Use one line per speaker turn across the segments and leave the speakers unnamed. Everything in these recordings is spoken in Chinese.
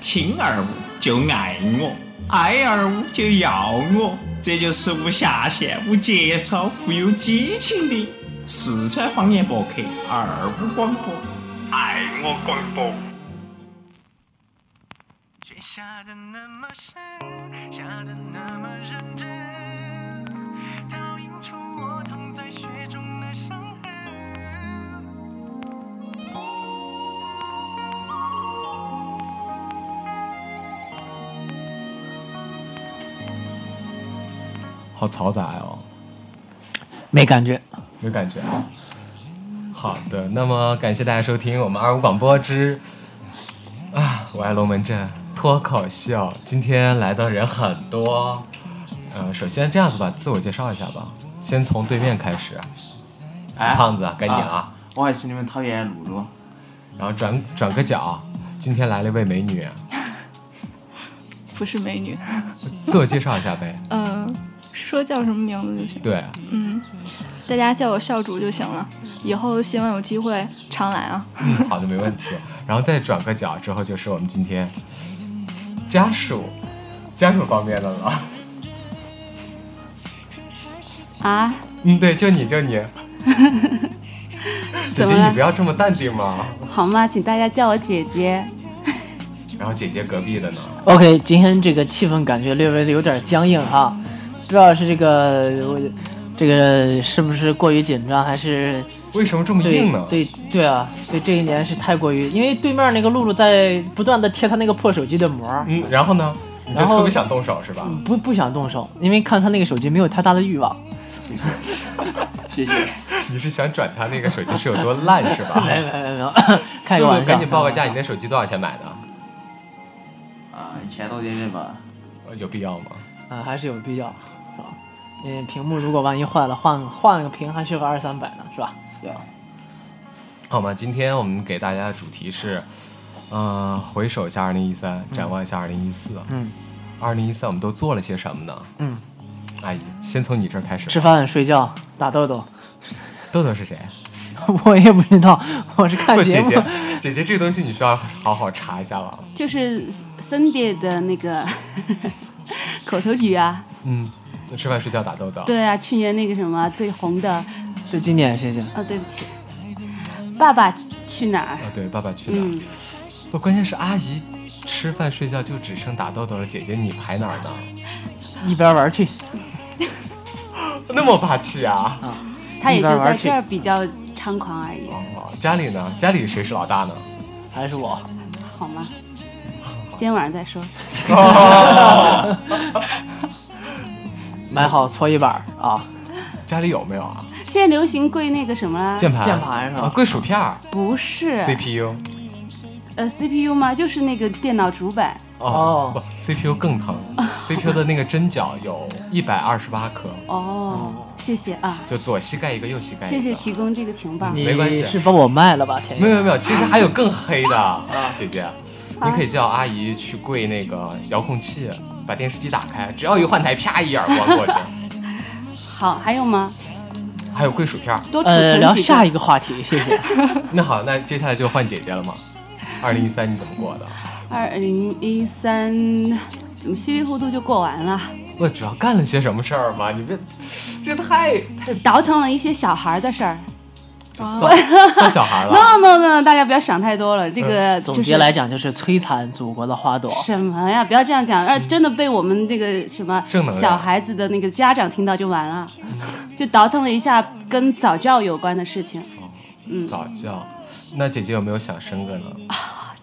听二五就爱我，爱二五就要我，这就是无下限、无节操、富有激情的四川方言博客二五广播，爱我广播。
雪下的那么深，下的那么认真，倒映出我躺在雪中的伤痕。
好嘈杂哦，
没感觉。
有感觉啊。好的，那么感谢大家收听我们二五广播之啊，我爱龙门阵脱口秀。今天来的人很多，嗯、首先这样子吧，自我介绍一下吧，先从对面开始，死
哎
胖子，该你了。
啊我还是你们讨厌的露露。
然后转转个角，今天来了一位美女，
不是美女，
自我介绍一下呗。
嗯、说叫什么名字就行，
对，
嗯，大家叫我少主就行了。以后希望有机会常来啊。
嗯，好的，没问题。然后再转个角之后，就是我们今天家属家属方面的了。
啊，
嗯，对，就你就 你，姐姐
怎么了
你不要这么淡定嘛。
好吗？请大家叫我姐姐。
然后姐姐隔壁的呢，
OK，今天这个气氛感觉略微的有点僵硬哈，不知道是这个我这个是不是过于紧张，还是
为什么这么
对
硬呢？
对对啊，对这一年是太过于，因为对面那个露露在不断的贴她那个破手机的膜儿，
嗯，然后呢，你就
然后嗯
特别想动手是吧？
不不想动手，因为看她那个手机没有太大的欲望。
谢谢。
你是想转他那个手机是有多烂是 吧？
没没没没有， 开个
露
玩
露，
笑，
赶紧报个价，你
开玩
那手机多少钱买的？
啊，一千多点点吧。
呃有必要吗？
笑啊，还是有啊必要，是吧？因为屏幕如果万一坏了，换换个屏还需要个二三百呢，是吧？
对啊。
好吗？今天我们给大家的主题是，嗯、回首一下2013，展望一下2014。
嗯
2 0 1 3我们都做了些什么呢？
嗯，
阿姨，先从你这儿开始吧。
吃饭、睡觉、打豆 豆，
豆豆是谁？
我也不知道， 我是 看
不，
节
姐
目。
姐，姐姐，这个东西你需要好好查一下吧。
就是 Cindy 的那个 口头语啊，
嗯，吃饭睡觉打豆豆。
对啊，去年那个什么最红的，啊、
最经典，谢谢。
对不起，爸爸去哪儿？
啊，对，爸爸去哪儿？
嗯，
不，关键是阿姨吃饭睡觉就只剩打豆豆了，姐姐你排哪儿呢？
一边玩去，
那么霸气啊！
他也就
一边玩
在
去
这儿比较猖狂而已，
哦，家里呢？家里谁是老大呢？
还是我。
好吗？今天晚上再说。
买好搓衣板儿啊，
家里有没有啊？
现在流行跪那个什么啦？
键盘，
哎键盘是吧
啊，贵薯片儿
不是，
，CPU。
呃，CPU 吗？就是那个电脑主板。
哦
哦，
不，CPU 更疼，CPU 的那个针脚有一百二十八颗，
哦，谢谢啊，
就左膝盖一个，右膝盖一
谢
个。
谢提供这个情报。
没关系
你是把我卖了吧，天
没有没有没
爷？
有，其实还有更黑的，啊姐姐，你可以叫阿姨去跪那个遥控器，把电视机打开，只要一换台，啪一耳光过去。
好，还有吗？
还有跪薯片儿。
多储
呃，
存
聊
几个
下一个话题，谢 谢。
那好，那接下来就换姐姐了嘛。二零一三你怎么过的？
二零一三，怎么稀里糊涂就过完了？
我主要干了些什么事儿嘛？你别，这太太
倒腾了一些小孩的事儿。
造造小孩了。
No no no，大家不要想太多了。这
嗯
个、就是、
总结来讲就是摧残祖国的花朵。
什么呀？不要这样讲，让真的被我们那个什么
正能量嗯
小孩子的那个家长听到就完了。就倒腾了一下跟早教有关的事情，
早教，那姐姐有没有想生个呢？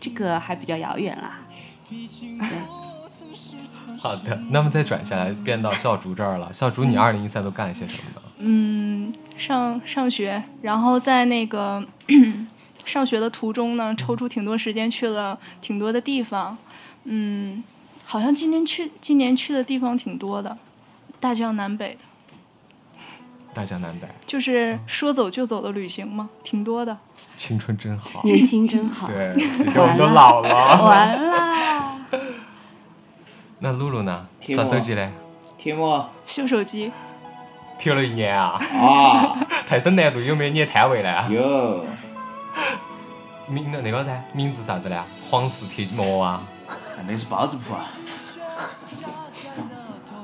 这个还比较遥远啦。
好的，那么再转下来变到笑竹这儿了。笑竹，你二零一三都干了些什么呢？
嗯，上上学，然后在那个 上学的途中呢，抽出挺多时间去了挺多的地方。嗯，好像今年去今年去的地方挺多的，大江南北的，
大江南北，
就是说走就走的旅行嘛，挺多的。
青春真好。
年轻真好，
嗯对，姐姐我们都老 了。
完啦。
那露露呢？
听
耍
我
手机嘞？
听我
修手机，
跳了一年 啊，
啊，
泰森南路有没有你的摊位嘞？
有
啊名那那个呢？名字啥子嘞？皇室贴膜啊，
那是包子铺啊。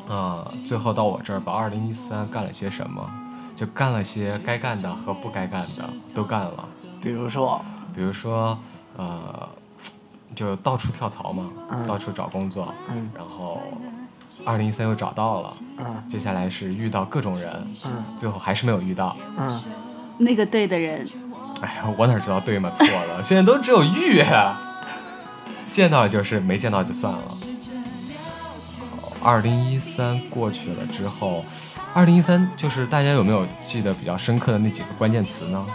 啊，最后到我这儿吧。二零一三干了些什么？就干了些该干的和不该干的都干了。
比如说，
比如说，呃，就到处跳槽嘛，
嗯
到处找工作，
嗯
然后二零一三又找到了，
嗯
接下来是遇到各种人，
嗯
最后还是没有遇到。
嗯，
那个对的人，
哎呀，我哪知道对吗错了， 现在都只有遇，见到了就是，没见到就算了。二零一三过去了之后，二零一三就是大家有没有记得比较深刻的那几个关键词呢？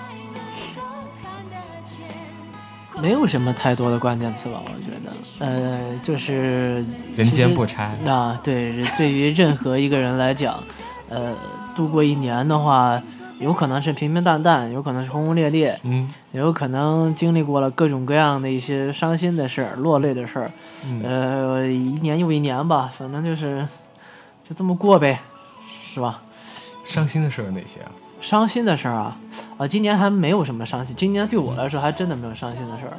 没有什么太多的关键词吧，我觉得，呃，就是
人间不拆，
啊，对，人对于任何一个人来讲，呃，度过一年的话，有可能是平平淡淡，有可能是轰轰烈烈，
嗯
也有可能经历过了各种各样的一些伤心的事儿、落泪的事儿，
嗯，
呃，一年又一年吧，反正就是就这么过呗，是吧？
伤心的事有哪些啊？
伤心的事儿啊，啊，今年还没有什么伤心，今年对我来说还真的没有伤心的事儿，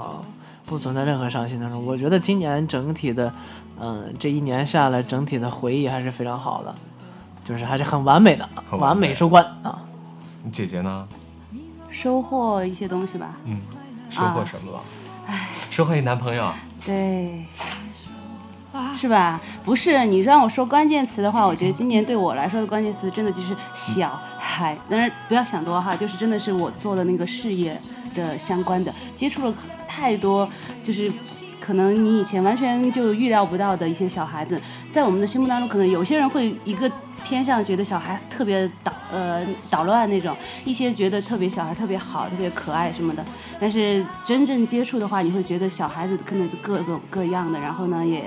啊，不存在任何伤心的事儿。我觉得今年整体的，嗯，这一年下来，整体的回忆还是非常好的，就是还是很完美的，
很完
完
美
美收官啊。
姐姐呢？
收获一些东西吧。
嗯，收获什么了？
啊
收获一男朋友，
对，是吧？不是你让我说关键词的话，我觉得今年对我来说的关键词真的就是小孩，当然不要想多哈，就是真的是我做的那个事业的相关的，接触了太多，就是可能你以前完全就预料不到的一些小孩子，在我们的心目当中，可能有些人会一个。偏向觉得小孩特别捣呃捣乱那种，一些觉得特别小孩特别好、特别可爱什么的，但是真正接触的话，你会觉得小孩子可能各种各样的，然后呢，也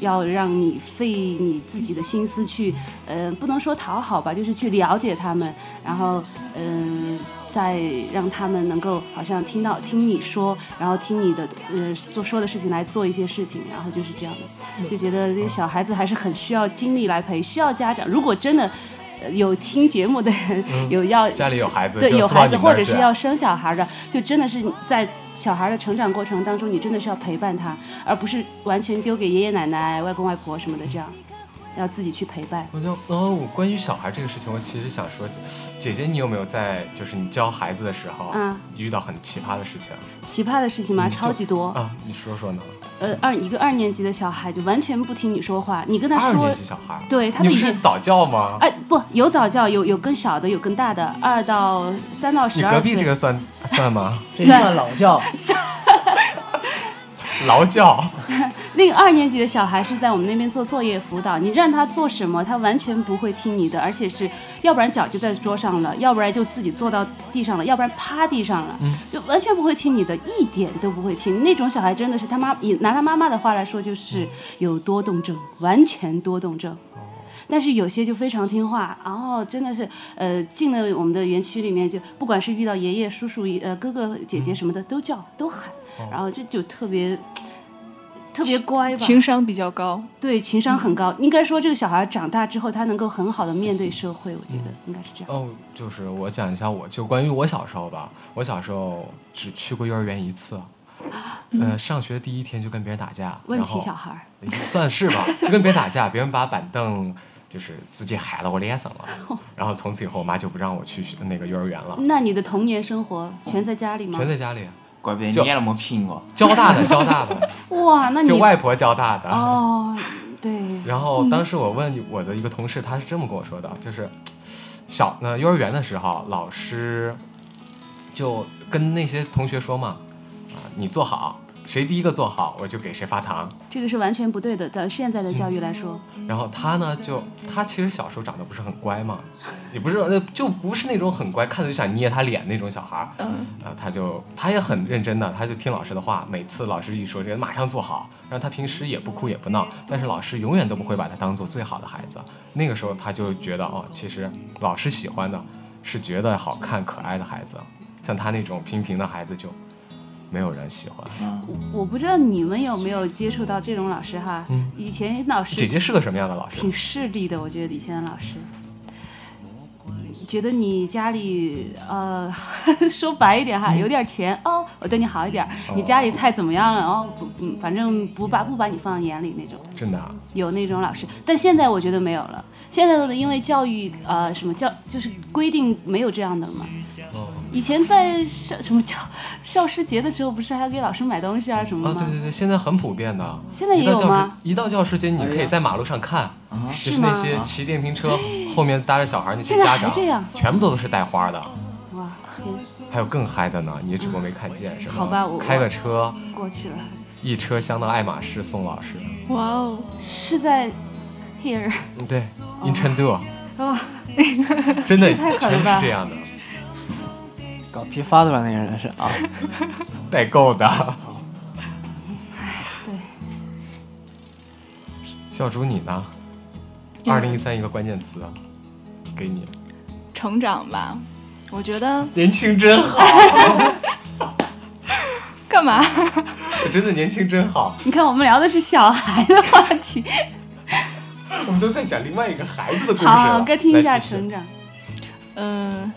要让你费你自己的心思去，呃，不能说讨好吧，就是去了解他们，然后嗯、再让他们能够好像听到听你说，然后听你的呃做说的事情来做一些事情，然后就是这样的，就觉得这些小孩子还是很需要精力来陪，需要家长。如果真的。呃有听节目的人，有要
嗯家里有孩子，
对，
就
有
送到
孩
你
子
们
或
那
者
儿
是
去
要生小孩的，就真的是你在小孩的成长过程当中，你真的是要陪伴他，而不是完全丢给爷爷奶奶、外公外婆什么的，这样要自己去陪伴。
我就哦，我关于小孩这个事情，我其实想说，姐姐姐，你有没有在就是你教孩子的时候，
嗯
遇到很奇葩的事情
奇葩的事情嘛，
嗯就
超级多。
啊？你说说呢？
呃，二一个二年级的小孩就完全不听你说话，你跟他
二
说
年，级小孩，
对他
你
都
不
已
是
经。
早教吗？
哎，不，有早教，有有更小的，有更大的，二到三到
你
十
隔
二
壁
岁。
这个算 算吗？
这一段老 教，
劳教，
那个二年级的小孩是在我们那边做作业辅导，你让他做什么，他完全不会听你的，而且是要不然脚就在桌上了，要不然就自己坐到地上了，要不然趴地上了，就完全不会听你的，一点都不会听。那种小孩真的是他妈，以拿他妈妈的话来说，
嗯
就是有多动症，完全多动症。
哦
但是有些就非常听话，然、后真的是，呃，进了我们的园区里面就，不管是遇到爷爷、叔叔、呃哥哥、姐
嗯
姐什么的，都叫都喊，
哦
然后这就特别特别乖吧，
情商比较高，
对，情商很高。应该说，这个小孩长大之后，他能够很好的面对社会，我觉得应该是这样。
哦，就是我讲一下我，就关于我小时候吧。我小时候只去过幼儿园一次，呃，上学第一天就跟别人打架，
嗯问
然
题
后
小孩儿，
也算是吧，就跟别人打架，别人把板凳就是直接喊到我脸上 了，然后从此以后我妈就不让我去学那个幼儿园了，
那你的童年生活全在家里吗
全？在家里，
怪不得你
就
眼那么平哦。
交大的交大的，
哇， 那你
就外婆交大的。
哦，嗯对，
然后当时我问我的一个同事，他是这么跟我说的，就是小呃幼儿园的时候，老师就跟那些同学说嘛，啊、你做好，谁第一个做好，我就给谁发糖。
这个是完全不对的。在现在的教育来说，
然后他呢，就他其实小时候长得不是很乖嘛，也不是呃就不是那种很乖，看着就想捏他脸那种小孩儿。
嗯，
啊、他就他也很认真的，他就听老师的话，每次老师一说这个马上做好，然后他平时也不哭也不闹，但是老师永远都不会把他当做最好的孩子。那个时候他就觉得哦，其实老师喜欢的是觉得好看可爱的孩子，像他那种平平的孩子就没有人喜欢。
嗯，
我我不知道你们有没有接触到这种老师哈。以前老师
姐姐是个什么样的老师？
挺势利的，我觉得以前的老师。觉得你家里呃 说白一点哈，有点钱哦，我对你好一点儿；你家里太怎么样了哦，不，嗯，反正不把不把你放在眼里那种。
真的啊
有那种老师，但现在我觉得没有了。现在的因为教育呃什么教就是规定没有这样的了嘛。
哦
以前在少什么教教师节的时候，不是还要给老师买东西啊什么
啊，
吗？
对对对，现在很普遍的。
现在也
一到
有
教
吗？
室，一到教师节，你可以在马路上看，就是是那
吗？
些骑电瓶车后面搭着小孩那些
啊现在
家
还
长
这样，
全部都是带花的。
哇，天，
还有更嗨的呢，你只不过没看见，是吗？
嗯好吧我
开个车，
过去了，
一车厢到爱马仕送老师。
哇哦，
是在 here
嗯，对，in Chengdu，
哦，
真的
这太狠
全
了
是
吧
这样的，
搞批发的吧？那个人是 啊，
代购的。
哎对，
小竹你呢？二零一三一个关键词，给你，
成长吧，我觉得
年轻真好，
干嘛？
我真的年轻真好。
你看我们聊的是小孩的话题，
我们都在讲另外一个孩子的故事了。
好，该听一下
来继续
成长。
嗯，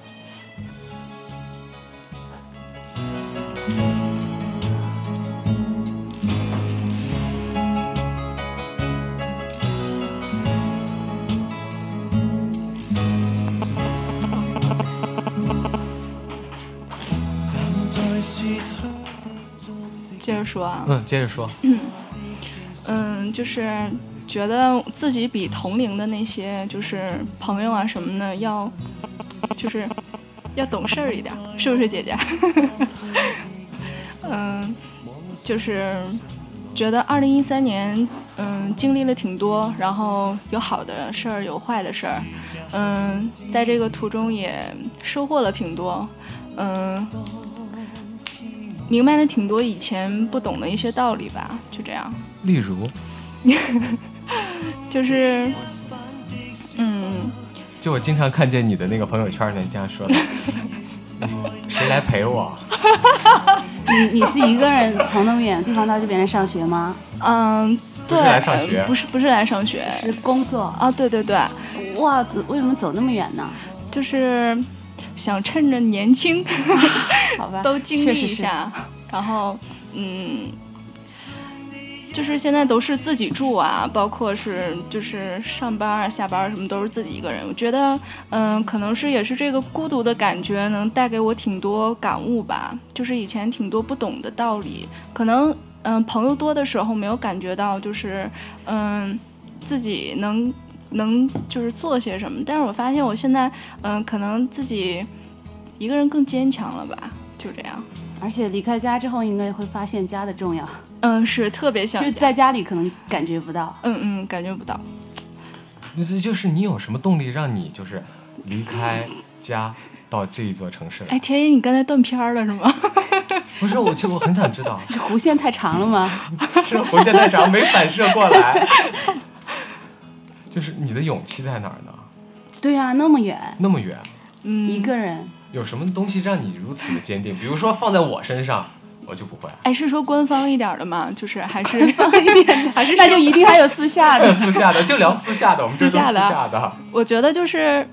接着说啊，
嗯，接着说。
嗯，就是觉得自己比同龄的那些就是朋友啊什么的要，就是要懂事儿一点儿，是不是姐姐？ 嗯，就是觉得二零一三年，嗯，经历了挺多，然后有好的事儿，有坏的事儿，嗯，在这个途中也收获了挺多，嗯。明白了挺多以前不懂的一些道理吧，就这样。
例如，
就是，嗯，
就我经常看见你的那个朋友圈里面这样说的，嗯谁来陪我？
你你是一个人从那么远的地方到这边来上学吗？
嗯，
不
对，
是来上学
呃不是不是来上学
是工作？
啊，对对对，
哇，怎为什么走那么远呢？
就是想趁着年轻
好吧，
都经
确
历
实
一
是
下，然后，嗯。就是现在都是自己住啊，包括是就是上班啊、下班啊什么都是自己一个人。我觉得，嗯、可能是也是这个孤独的感觉能带给我挺多感悟吧。就是以前挺多不懂的道理，可能嗯、朋友多的时候没有感觉到，就是嗯、自己能能就是做些什么。但是我发现我现在嗯、可能自己一个人更坚强了吧，就这样。
而且离开家之后，应该会发现家的重要，
嗯，是特别想
就是在家里可能感觉不到。
嗯嗯感觉不到。
就是就是你有什么动力让你就是离开家到这一座城市来？
哎，田野，你刚才断片儿了是吗？
不是，我就我很想知道，
是弧线太长了吗？
是弧线太长没反射过来，就是你的勇气在哪儿呢？
对呀、那么远，
那么远，
嗯，
一个人，
有什么东西让你如此的坚定？比如说放在我身上，我就不会。
哎，是说官方一点儿的吗？就是还是
嗯那就一定还有私下 的。
私下的就聊私下的，我们这都
私下
私
的
下的。
我觉得就是，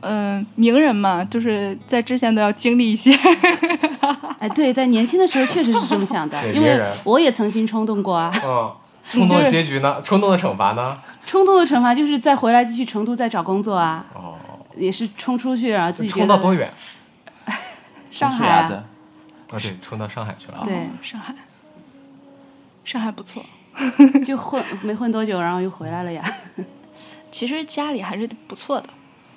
嗯、名人嘛，就是在之前都要经历一些。
哎，对，在年轻的时候确实是这么想的，
对
因
别
为
人
我也曾经冲动过啊。
嗯，冲动的结局呢？冲动的惩罚呢？
冲动的惩罚就是再回来继续成都再找工作啊，
哦，
也是冲出去，然后自己觉
冲到多
得
远？
上
去
海、
伢
啊
子，，
啊，对，冲到上海去了。啊
对，
上海，上海不错。
就混没混多久，然后又回来了呀。
其实家里还是不错的，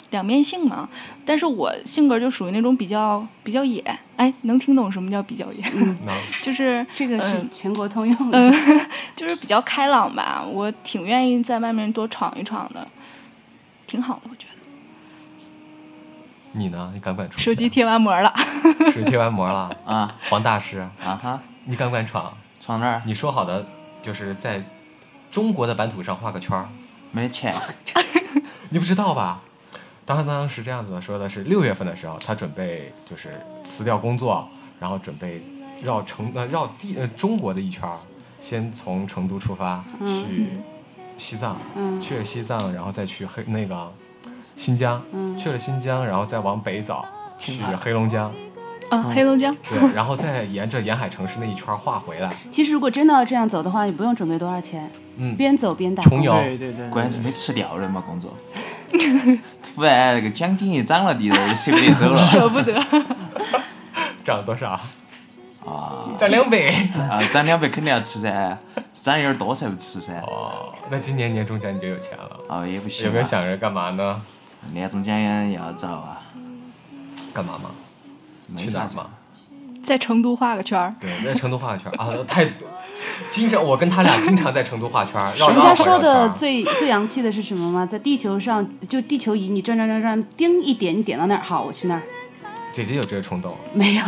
两面性嘛。但是我性格就属于那种比较比较野，哎，能听懂什么叫比较野？
那
就是
这个是
嗯
全国通用的。
就是比较开朗吧，我挺愿意在外面多闯一闯的，挺好的，我觉得。
你呢？你敢不敢出去？
手机贴完膜了，啊
手机贴完膜了。
啊
黄大师，
啊哈，
你敢不敢闯？
闯那儿
你说好的就是在中国的版图上画个圈儿，
没钱，
你不知道吧？当当时这样子的说的是六月份的时候，他准备就是辞掉工作，然后准备绕成呃绕地呃中国的一圈儿，先从成都出发去西藏，
嗯
去了西藏，然后再去黑那个新疆，去了新疆，然后再往北走去
海
黑龙江，
啊，黑龙江，
嗯对，然后再沿着沿海城市那一圈儿画回来。
其实如果真的要这样走的话，你不用准备多少钱，
嗯
边走边打
重
工。
游
对对对，
关键是没吃掉了嘛，工作。 突然那个奖金一涨了，地头就舍不得走了
舍不得。
涨多少？
啊
涨两百。
啊！涨两百肯定要吃噻，涨有点多才不吃噻。
哦，那今年年终奖你就有钱了。
啊，也不行啊。
有没有想着干嘛呢？
年终奖也要找啊？
干嘛吗？
没
去
啥
哪儿吗？
在成都画个圈儿，
对，在成都画圈儿啊， 太经常我跟他俩经常在成都画圈儿，绕
人
绕
家
绕
说的
圈儿
最最洋气的是什么吗？在地球上，就地球仪，你转转转转，叮一点，你点到那儿，好，我去那儿。
姐姐有这个冲动，
没有，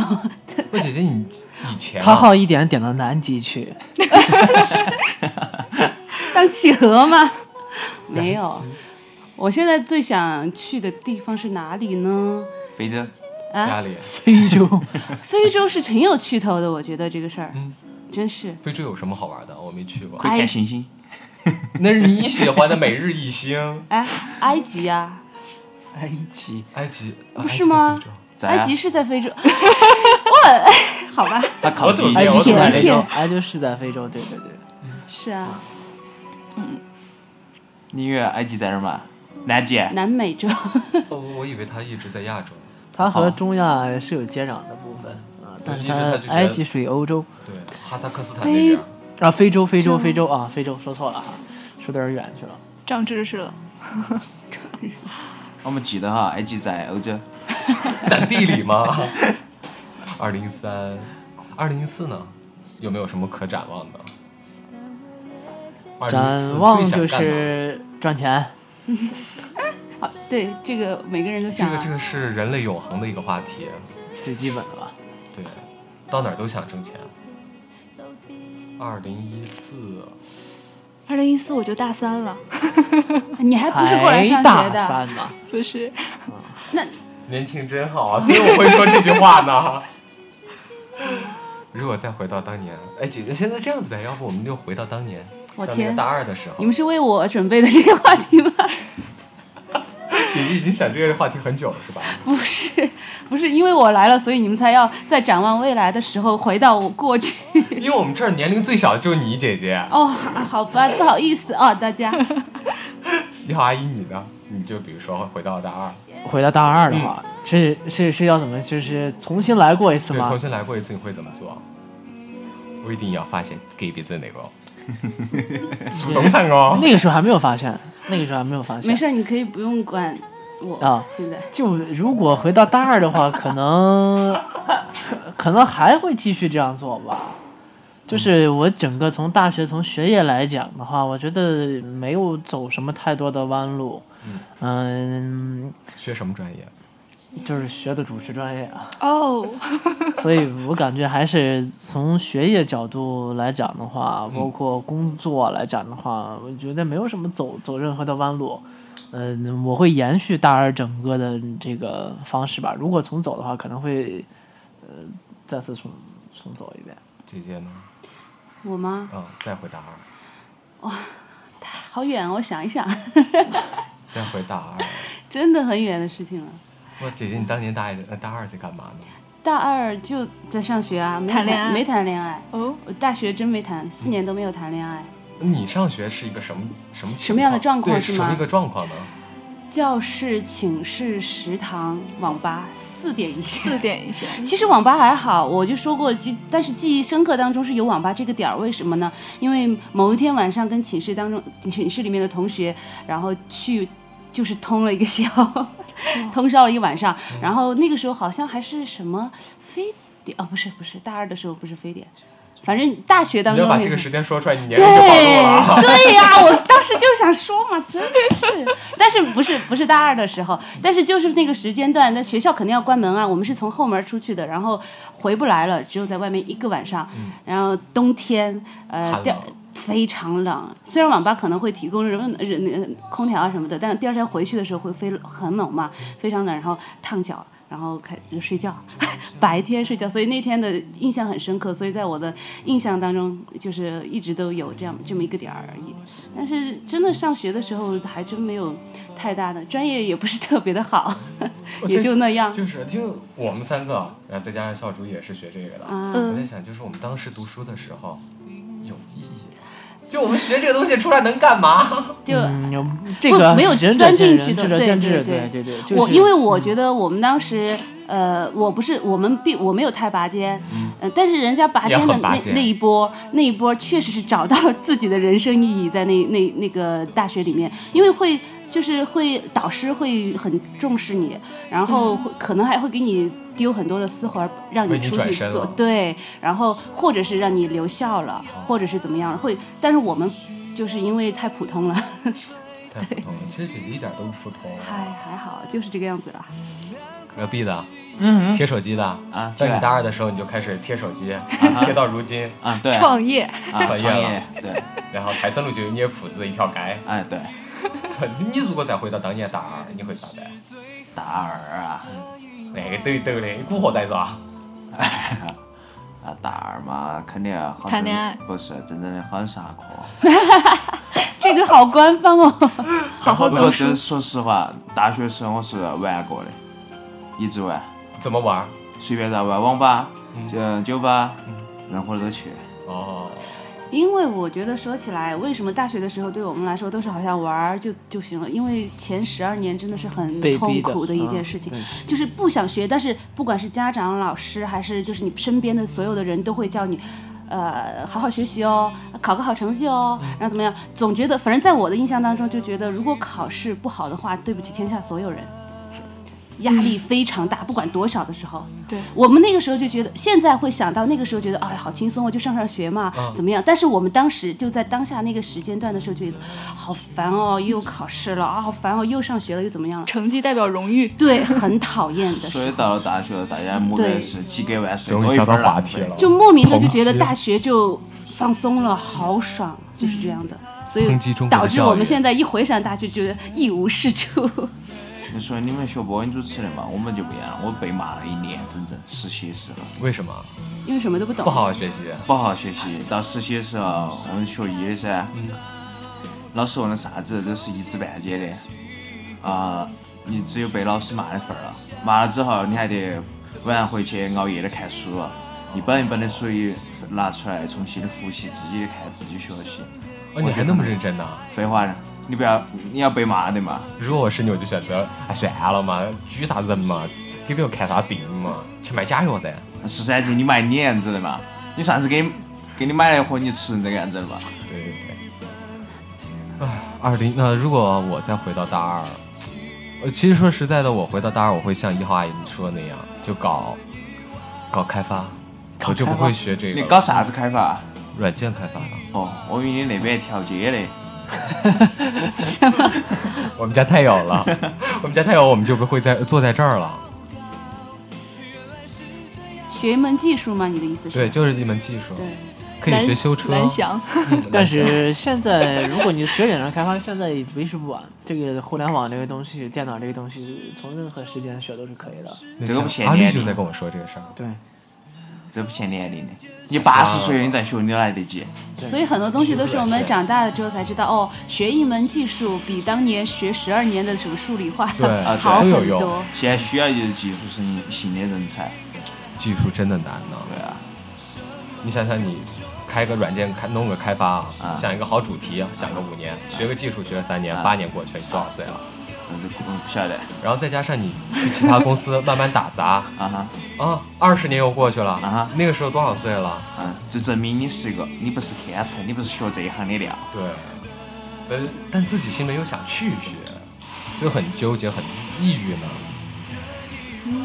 不，姐姐你以前
讨
啊
好一点，点到南极去。
当企鹅吗？没有。我现在最想去的地方是哪里呢？
非洲
家里
非洲，
非洲是很有趣头的，我觉得这个事儿，真是。
非洲有什么好玩的？我没去过
可，以看星星，
那是你喜欢的每日一星，
哎，埃及啊，
埃及，
埃及啊
不是吗
在啊
埃及在非洲
埃及是在非洲。 我 好吧，
它靠近
哎
埃
我
及
怎么
是在
没
非洲
有，
埃及是在非洲，对对对。
是啊，
你以为埃及在哪儿嘛？南极。
南美洲。
哦我我以为他一直在亚洲，
它和中亚是有接壤的部分啊，但是
一直它
它
就觉得
埃及属于欧洲
对，哈萨克斯坦那边儿，
啊，非洲，非洲，非洲啊，非洲说错了啊，说得有点远去了。
长知识了。
我们记得哈，埃及在欧洲。
占地理吗？二零三，二零一四呢？有没有什么可展望的？2014
啊展望
最想干
就
嘛
是赚钱，
好，对这个每个人都
这
想、
个
啊。
这个是人类永恒的一个话题，
最基本的吧。
对，到哪儿都想挣钱。二零一四，
二零一四我就大三了，
你还不是过来上
还
学
哎大
的？
三呢，
不是
年轻真好 啊，所以我会说这句话呢。如果再回到当年，哎，姐姐现在这样子呗，要不我们就回到当年，
我
像那
天
个大二的时候
你，们是为我准备的这个话 题吗？
姐姐已经想这个话题很久了，是吧？
不是，不是因为我来了，所以你们才要在展望未来的时候回到我过去。
因为我们这儿年龄最小的就是你姐姐，
哦，好吧，不好意思啊、大家。
要阿姨你呢？你就比如说回到大二，
回到大二的话，是是是要怎么，就是重新来过一次
对，
吗
重？新来过一次，你会怎么做？我一定要发现给别人那个，属总惨哦。
那个时候还没有发现，那个时候还没有发 现。
没事儿，你可以不用管我
啊
现在
就如果回到大二的话，可能 可能还会继续这样做吧。就是我整个从大学从学业来讲的话，我觉得没有走什么太多的弯路。嗯，
学什么专业？
就是学的主持专业啊，
哦，
所以我感觉还是从学业角度来讲的话，包括工作来讲的话，我觉得没有什么走走任何的弯路。嗯，我会延续大二整个的这个方式吧。如果重走的话，可能会呃再次重重走一遍。
姐姐呢？
我吗？
嗯，再回大二，
好远，啊我想一 想，
再回大二。
真的很远的事情了。
哇，姐姐，你当年大一、呃大二在干嘛呢？
大二就在上学啊，没
谈恋爱
没谈恋爱。
哦，
我大学真没谈，四年都没有谈恋爱。
你上学是一个什么什么情况
什么样的状况
对
是
什么
吗
一个状况呢？
教室、寝室、食堂、网吧，四点一线。
四点一线，
其实网吧还好，我就说过，记但是记忆深刻当中是有网吧这个点儿，为什么呢？因为某一天晚上跟寝室当中寝室里面的同学，然后去就是通了一个宵，通宵了一晚上。然后那个时候好像还是什么非典哦，不是不是，大二的时候不是非典，反正大学当
你
中
要把
那
这
个
个时间说出来，你年龄就暴露了啊。
对对呀、我当时就想说嘛，真是。但是不是不是大二的时候，但是就是那个时间段，那学校肯定要关门啊，我们是从后门出去的，然后回不来了，只有在外面一个晚上。然后冬天，呃，
寒
第
冷
二非常冷，虽然网吧可能会提供人人空调啊什么的，但第二天回去的时候会非很冷嘛，非常冷，然后烫脚。然后开就睡觉，白天睡觉，所以那天的印象很深刻，所以在我的印象当中，就是一直都有这样这么一个点儿而已。但是真的上学的时候，还真没有太大的专业，也不是特别的好， 也就那样。
就是就我们三个，然后再加上校主也是学这个的。
啊，
我
嗯
在想，就是我们当时读书的时候有意义，就我们学这个东西出来能干嘛？
就
嗯，有这个
没有
仁者
钻
见
进
仁，
去的
智者
对
见
对
智，
对
对对，就
我
是
因为
嗯
我觉得我们当时，呃，我不是我们并我没有太拔尖，嗯、但是人家拔尖
也
的
很拔
那
尖
那一波，那一波确实是找到了 自己的人生意义在那那那个大学里面，因为会就是会导师会很重视你，然后会可能还会给你。丢很多的私活儿，让
为
你
你
出
转
去
身
做
了，
对，然后或者是让你留校了，或者是怎么样了，会。但是我们就是因为太普通了，
太普通了，其实姐姐一点都不普通。
还还好，就是这个样子了。
隔壁的，
嗯
贴手机的。
啊，
在
对
你大
啊，
二的时候，你就开始贴手机，贴到如今，
啊对啊，
创业，
啊
创
创
业了
业，对，
然后台三路就有捏谱子一条街。
哎对，
你如果再回到当年大二，你会咋办？
大二啊，
那个抖一抖的，古惑仔是吧？
啊大二嘛，肯定要好
谈
真
恋爱
不是真正的好上课。
这个好官方哦。
好好
不过
读
真
书，
说实话，大学时候我是玩过的，一直玩，
怎么玩？
随便在玩网吧、
嗯
就酒吧，任何都去。
哦，
因为我觉得说起来，为什么大学的时候对我们来说都是好像玩儿就就行了？因为前十二年真的是很
被逼
痛
的
苦的一件
嗯
事情，
对
就是不想学，但是不管是家长、老师，还是就是你身边的所有的人都会叫你。呃，好好学习哦，考个好成绩哦，
嗯
然后怎么样？总觉得，反正在我的印象当中，就觉得如果考试不好的话，对不起天下所有人，压
嗯
力非常大，不管多少的时候。
对，
我们那个时候就觉得，现在会想到那个时候觉得，哎，好轻松哦，就上上学嘛，
嗯
怎么样？但是我们当时就在当下那个时间段的时候，觉得好烦哦，又考试了啊，好烦哦，又上学了，又怎么样了？
成绩代表荣誉，
对，很讨厌的
所
时
以
候，
到了大学，大家目的
对
是几给万岁
终
多
于
一啊
找到
分
话
了。
题了。
就莫名的就觉得
抨击
大学就放松了，好爽，就是这样的。所以
嗯抨击中国的
导致
教育
我们现在一回想大学，觉得一无是处。
你说你们学播音主持的嘛，我们就不一样，我被骂了一年整整，实习时候
为什么
因为什么都不懂，
不好好学习？
不好好学习。到实习的时候，我们学医的噻，老师问的啥子都是一知半解的，啊、你只有被老师骂的份儿了。骂了之后，你还得晚上回去熬夜的看书，一本一本的书一拿出来，重新的复习，自己的看，自己学习。
哦，你还那么认真呢？
废话呢，你不要，你要被骂的嘛。
如果我是你，我就选择哎算了嘛，举啥人嘛，给别人看啥病嘛，去卖假药噻。
十三级你买你样子的嘛？你上次给你给你买了一盒你吃成这个样子的嘛？
对对对。哎，二零那如果我再回到大二，呃，其实说实在的，我回到大二，我会像一号阿姨说的那样，就搞搞开发，我就不会学这个
你
了
搞啥子开发？
软件开 发了。
哦，我以为你那边调街嘞。
我们家太有了，我们家太有，我们就不会在坐在这儿了。
学一门技术嘛？你的意思是？
对，就是一门技术，
对
可以学修车。
蓝翔，
嗯
但是现在，如果你学点上开发，现在也为时不晚。这个互联网这个东西，电脑这个东西，从任何时间学都是可以的。
那
这个
天
不显
阿绿
眼
就
的
在跟我说这个事儿。
对，
这不限年龄的，你八十岁了你再学，你来得及？
所以很多东西都是我们长大了之后才知道，哦，学一门技术比当年学十二年的什么数理化
对啊
好
都有
很
用
多。
现在需要就是技术型型的人才。
技术真的难呢、
对啊，
你想想，你开个软件开弄个开发啊，
啊
想一个好主题啊，想个五年，学个技术学了三年，
啊
八年过去了，你多少岁了？
嗯这我不晓得
然后再加上你去其他公司慢慢打杂
啊哈，
啊，二十年又过去了
啊
那个时候多少岁了？
嗯，就证明你是一个，你不是天才，你不是学这一行的料。
对，但但自己心里又想去学，就很纠结，很抑郁 呢。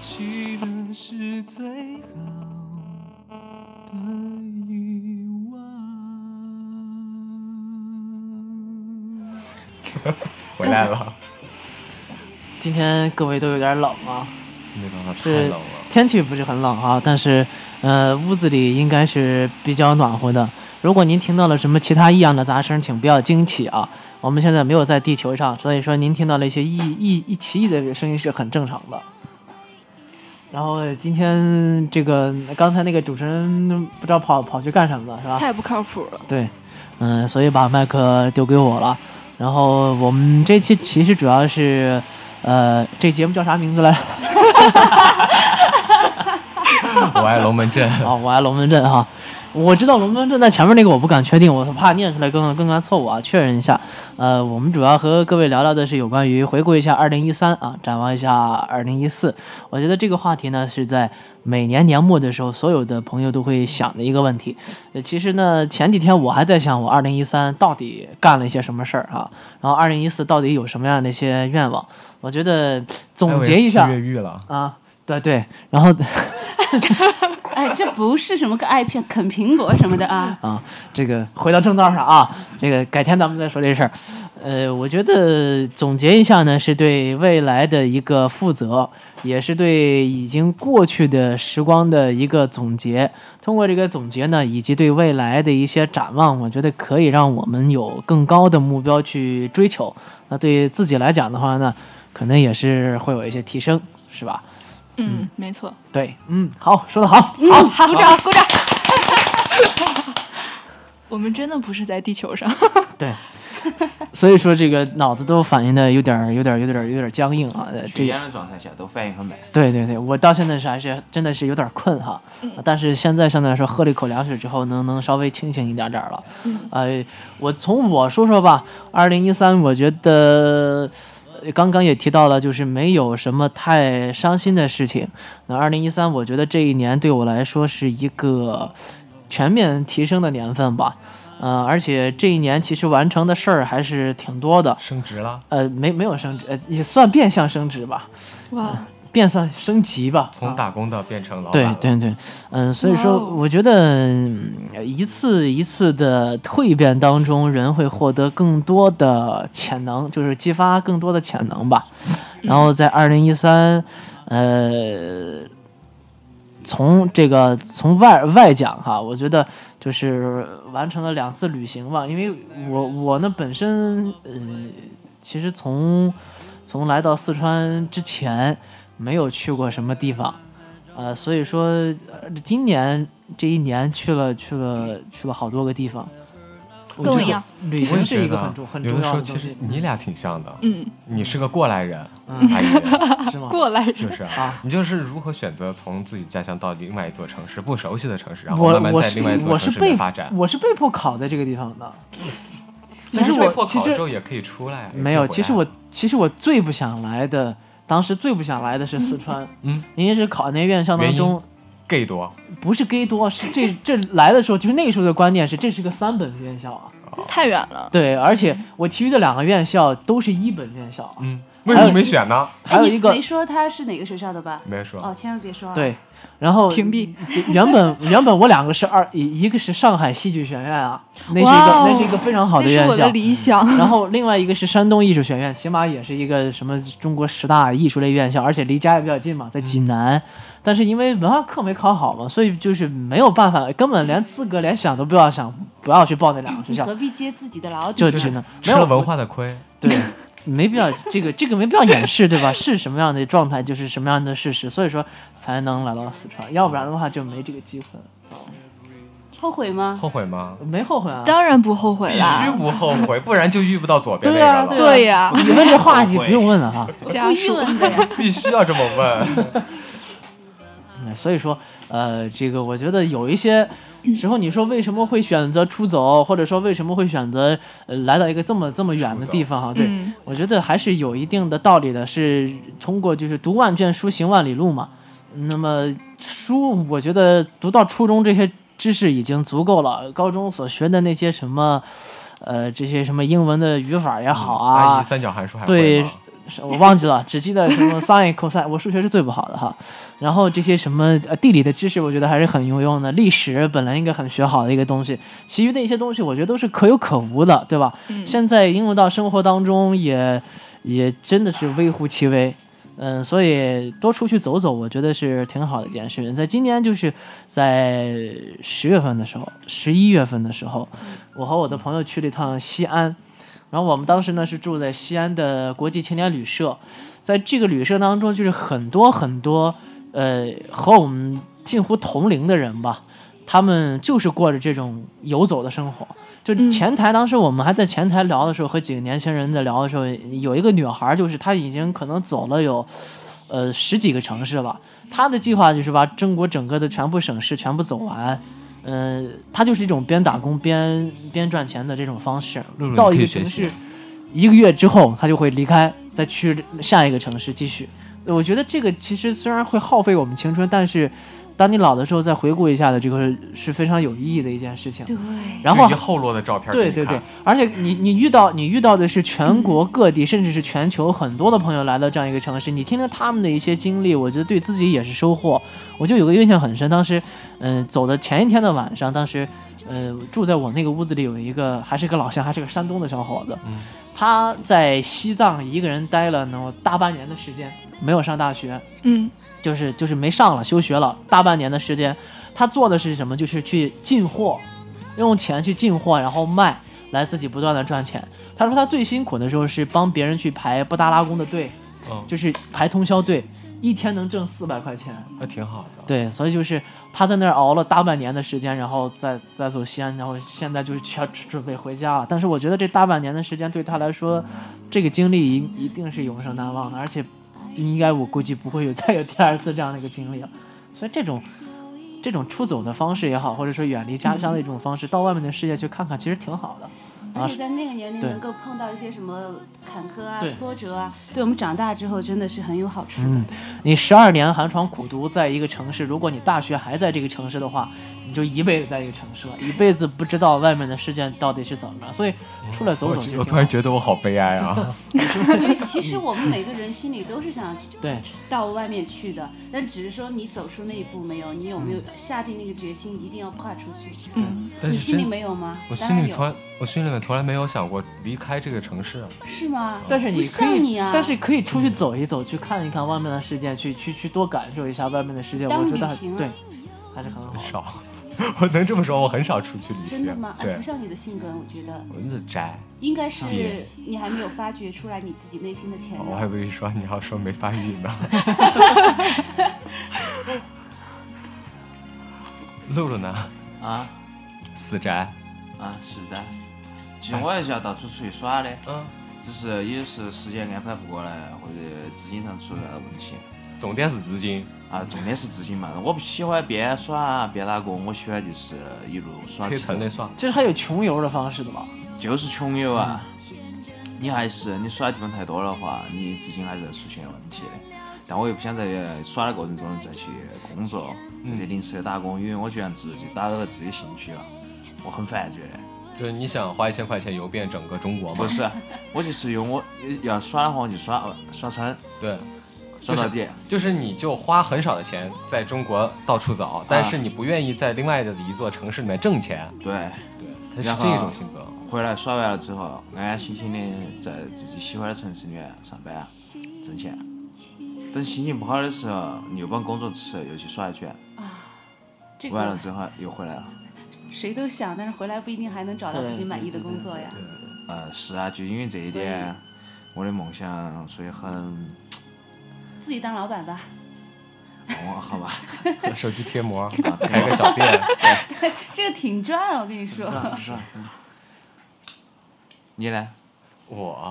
记得是最好的遗忘。
回来了，
今天各位都有点冷啊，
没办法，太
是
冷了。
天气不是很冷啊，但是呃，屋子里应该是比较暖和的。如果您听到了什么其他异样的杂声，请不要惊奇啊，我们现在没有在地球上，所以说您听到了一些异异异奇异的声音是很正常的。然后今天这个刚才那个主持人不知道跑跑去干什么了，是吧？
太不靠谱了。
对，嗯，所以把麦克丢给我了。然后我们这期其实主要是，呃，这节目叫啥名字来着？
我爱龙门阵。
啊，我爱龙门阵哈。我知道龙门阵在前面那个我不敢确定，我怕念出来更更加错误啊，确认一下。呃，我们主要和各位聊聊的是有关于回顾一下2013啊，展望一下2014。我觉得这个话题呢是在每年年末的时候，所有的朋友都会想的一个问题。呃，其实呢，前几天我还在想我2013到底干了一些什么事儿啊，然后2014到底有什么样的一些愿望？我觉得 总结一下
哎我也是越狱了，
啊，对对，然后。
哎，这不是什么个爱片啃苹果什么的 啊，
啊，这个回到正道上啊，这个改天咱们再说这事儿。呃，我觉得总结一下呢，是对未来的一个负责，也是对已经过去的时光的一个总结。通过这个总结呢，以及对未来的一些展望，我觉得可以让我们有更高的目标去追求。那对自己来讲的话呢，可能也是会有一些提升，是吧？
嗯，没错。
对，嗯，好，说得好，
嗯
好，好，鼓掌，鼓掌。 我们真的不是在地球上，
对， 所以说这个脑子都反应的有点儿、有点儿、有点儿、有点儿僵硬啊。呃
抽
这
烟的状态下都反应很慢。
对对对，我到现在是还是真的是有点儿困哈，但是现在相对来说喝了一口凉水之后，能能稍微清醒一点点儿了。呃，我从我说说吧，二零一三，我觉得。呃刚刚也提到了，就是没有什么太伤心的事情。那二零一三，我觉得这一年对我来说是一个全面提升的年份吧。嗯、而且这一年其实完成的事儿还是挺多的。
升职了，
呃，没没有升职，呃，也算变相升职吧，
哇，
变算升级吧。
从打工的变成老板
对
了。
对对，嗯，所以
哇
说
哦
我觉得嗯一次一次的蜕变当中，人会获得更多的潜能，就是激发更多的潜能吧。然后在二零一三，呃，从这个从外外讲哈，我觉得就是完成了两次旅行吧，因为我我呢本身呃，其实从从来到四川之前没有去过什么地方，呃，所以说呃今年这一年去了去了去了好多个地方。
跟我
觉得
一样，
旅
我也
行是一个
觉得
很重很
有
重
的时
要
候
的
其
东
实
西，
你俩挺像的，
嗯，
你是个过来人，
嗯
阿姨
是吗？
过来
就
人，
是
啊
啊，你就是如何选择从自己家乡到另外一座城市不熟悉的城市，然后
我
慢慢
我
在
是
另外一座
我是
城市
被
里发展。
我是被迫考在这个地方的。其
但
实
是被
我
迫
其
考
实
之后也可以出来，
没
也可以
有，
回来
其实我其实我最不想来的，当时最不想来的是四川，
嗯，
因为是考那院校当
原
中
因 gay 多，
不是 gay 多，是这 这来的时候就是那时候的观念是这是个三本院校啊，
太远了。
对，而且
嗯
我其余的两个院校都是一本院校啊，
嗯，为什么你没选呢？
哎，
还有
你
一个
没说他是哪个学校的吧？
没说，
哦，千万别说啊。
对，然后
屏蔽
原本原本我两个是二一一个是上海戏剧学院啊，那是一个、
哇哦
那是一个非常好的
这是
院
我的
校，嗯
理想。
然后另外一个是山东艺术学院，起码也是一个什么中国十大艺术类院校，而且离家也比较近嘛，在济
嗯
南。但是因为文化课没考好嘛，所以就是没有办法，根本连资格连想都不要想，不要去报那两个学
你
校
何，必揭自己的老底
就
呢？
只能
吃
没有
了文化的亏，
对，没必要这个这个没必要掩饰，对吧？是什么样的状态就是什么样的事实，所以说才能来到四川，要不然的话就没这个机会，
后悔吗？
后悔吗？
没后悔啊。
当然不后悔
必须
啦，
不后悔，不然就遇不到左边
对啊
那
呀、
个了。
对啊呀
你问这话 你不用问了哈。
家
故意
属
问的呀。
必须要这么问。
嗯所以说，呃，这个我觉得有一些时候，你说为什么会选择出走，或者说为什么会选择呃来到一个这么这么远的地方哈？对，
嗯
我觉得还是有一定的道理的，是通过就是读万卷书，行万里路嘛。那么书，我觉得读到初中这些知识已经足够了，高中所学的那些什么，呃，这些什么英文的语法也好啊，
阿姨嗯三角函数还会
对
吗？，
是我忘记了，只记得什么 sin、cos，我数学是最不好的哈。然后这些什么呃地理的知识，我觉得还是很有用的。历史本来应该很学好的一个东西，其余的一些东西我觉得都是可有可无的，对吧？现在应用到生活当中也也真的是微乎其微。嗯，所以多出去走走，我觉得是挺好的一件事情。在今年就是在十月份的时候，十一月份的时候，我和我的朋友去了一趟西安，然后我们当时呢是住在西安的国际青年旅社，在这个旅社当中，就是很多很多呃和我们近乎同龄的人吧，他们就是过着这种游走的生活。就
嗯
前台，当时我们还在前台聊的时候，和几个年轻人在聊的时候，有一个女孩，就是她已经可能走了有，呃十几个城市了。她的计划就是把中国整个的全部省市全部走完。嗯、她就是一种边打工边边赚钱的这种方式。
露露你
到
可
一
以
个
学
城
习
市，一个月之后，她就会离开，再去下一个城市继续。我觉得这个其实虽然会耗费我们青春，但是当你老的时候再回顾一下的，这个是是非常有意义的一件事情。
对，
然后
就一后落的照片给
对
你
对
看，
对，而且你你遇到你遇到的是全国各地，甚至是全球很多的朋友来到这样一个城市，你听听他们的一些经历，我觉得对自己也是收获。我就有个印象很深，当时，嗯、走的前一天的晚上，当时，呃，住在我那个屋子里有一个还是个老乡，还是个山东的小伙子，
嗯
他在西藏一个人待了能有大半年的时间，没有上大学，
嗯
就是就是没上了，休学了大半年的时间，他做的是什么？就是去进货，用钱去进货，然后卖，来自己不断的赚钱。他说他最辛苦的时候是帮别人去排布达拉宫的队，
嗯，
就是排通宵队，一天能挣四百块钱。
那挺好的。
对，所以就是他在那儿熬了大半年的时间，然后再再走西安，然后现在就是去要准准备回家了。但是我觉得这大半年的时间对他来说，这个经历一一定是永生难忘的，而且应该我估计不会有 再有第二次这样的一个经历了。所以这种这种出走的方式也好，或者说远离家乡的一种方式，到外面的世界去看看，其实挺好的。
而且在那个年龄
对
能够碰到一些什么坎坷啊
对、
挫折啊，对我们长大之后真的是很有好处的。
嗯，你十二年寒窗苦读，在一个城市，如果你大学还在这个城市的话，你就一辈子在一个城市了，一辈子不知道外面的世界到底是怎么样。所以出来走走
我
就
觉
挺
我
好
突然觉得我好悲哀啊！
因为其实我
嗯
们每个人心里都是想
对
到外面去的，但只是说你走出那一步没有，你有没有下定那个决心一定要跨出去？
嗯，
嗯但
你
是
心里
真，
没有吗？
我
当
心
然
里
有
从来，我心里面从来没有想过离开这个城市啊。
是吗？
但是你
不
可
像
以，
你啊
但是可以出去走一走，去看一看外面的世界，去去去多感受一下外面的世界。
当
我觉得
旅
还
行啊
对，还是很好
很
的。
少， 我能这么说，我很少出去旅行。
真的吗？哎，
对
不，像你的性格，我觉得
我就是宅。
应该是
嗯
你还没有发掘出来你自己内心的潜
哦
我还
能。
不是说你要说没发育呢。 露露呢？
啊
死宅。
啊，是的。其实我也是要到处出去耍的，
嗯，
只是也是时间安排不过来，或者资金上出了问题。
重点是资金，
啊，重点是资金嘛。我不喜欢边耍边打工，我喜欢就是一路耍
车
起
程
走
的算。
其实还有穷游的方式的吧？
就是穷游啊。你还是你耍的地方太多的话，你资金还是出现问题的。但我又不想在耍的过程中再去工作，再去临时的打工，因为我觉得自己打扰了自己的兴趣了，我很烦觉得。
就是你想花一千块钱游遍整个中国
不
吗？
是，我就是用我要耍的话，我就耍耍撑，
对，
耍到底。
就是你就花很少的钱在中国到处走，但是你不愿意在另外的一座城市里面挣钱。
对，
对，他是
然后
这种性格。
回来耍完了之后，安安心心的在自己喜欢的城市里面上班啊挣钱。等心情不好的时候，你又帮工作吃，又去耍一圈，
这
完
个
了之后又回来了。
谁都想，但是回来不一定还能找到
对
自己满意的
对对
工
对
作呀。
呃，是啊，就因为这一点，我的梦想，所以很，
自己当老板吧，
我 好吧，
手机贴膜，
啊
开个小 店。
这个挺赚，我跟你说。
是吧？嗯你呢？
我，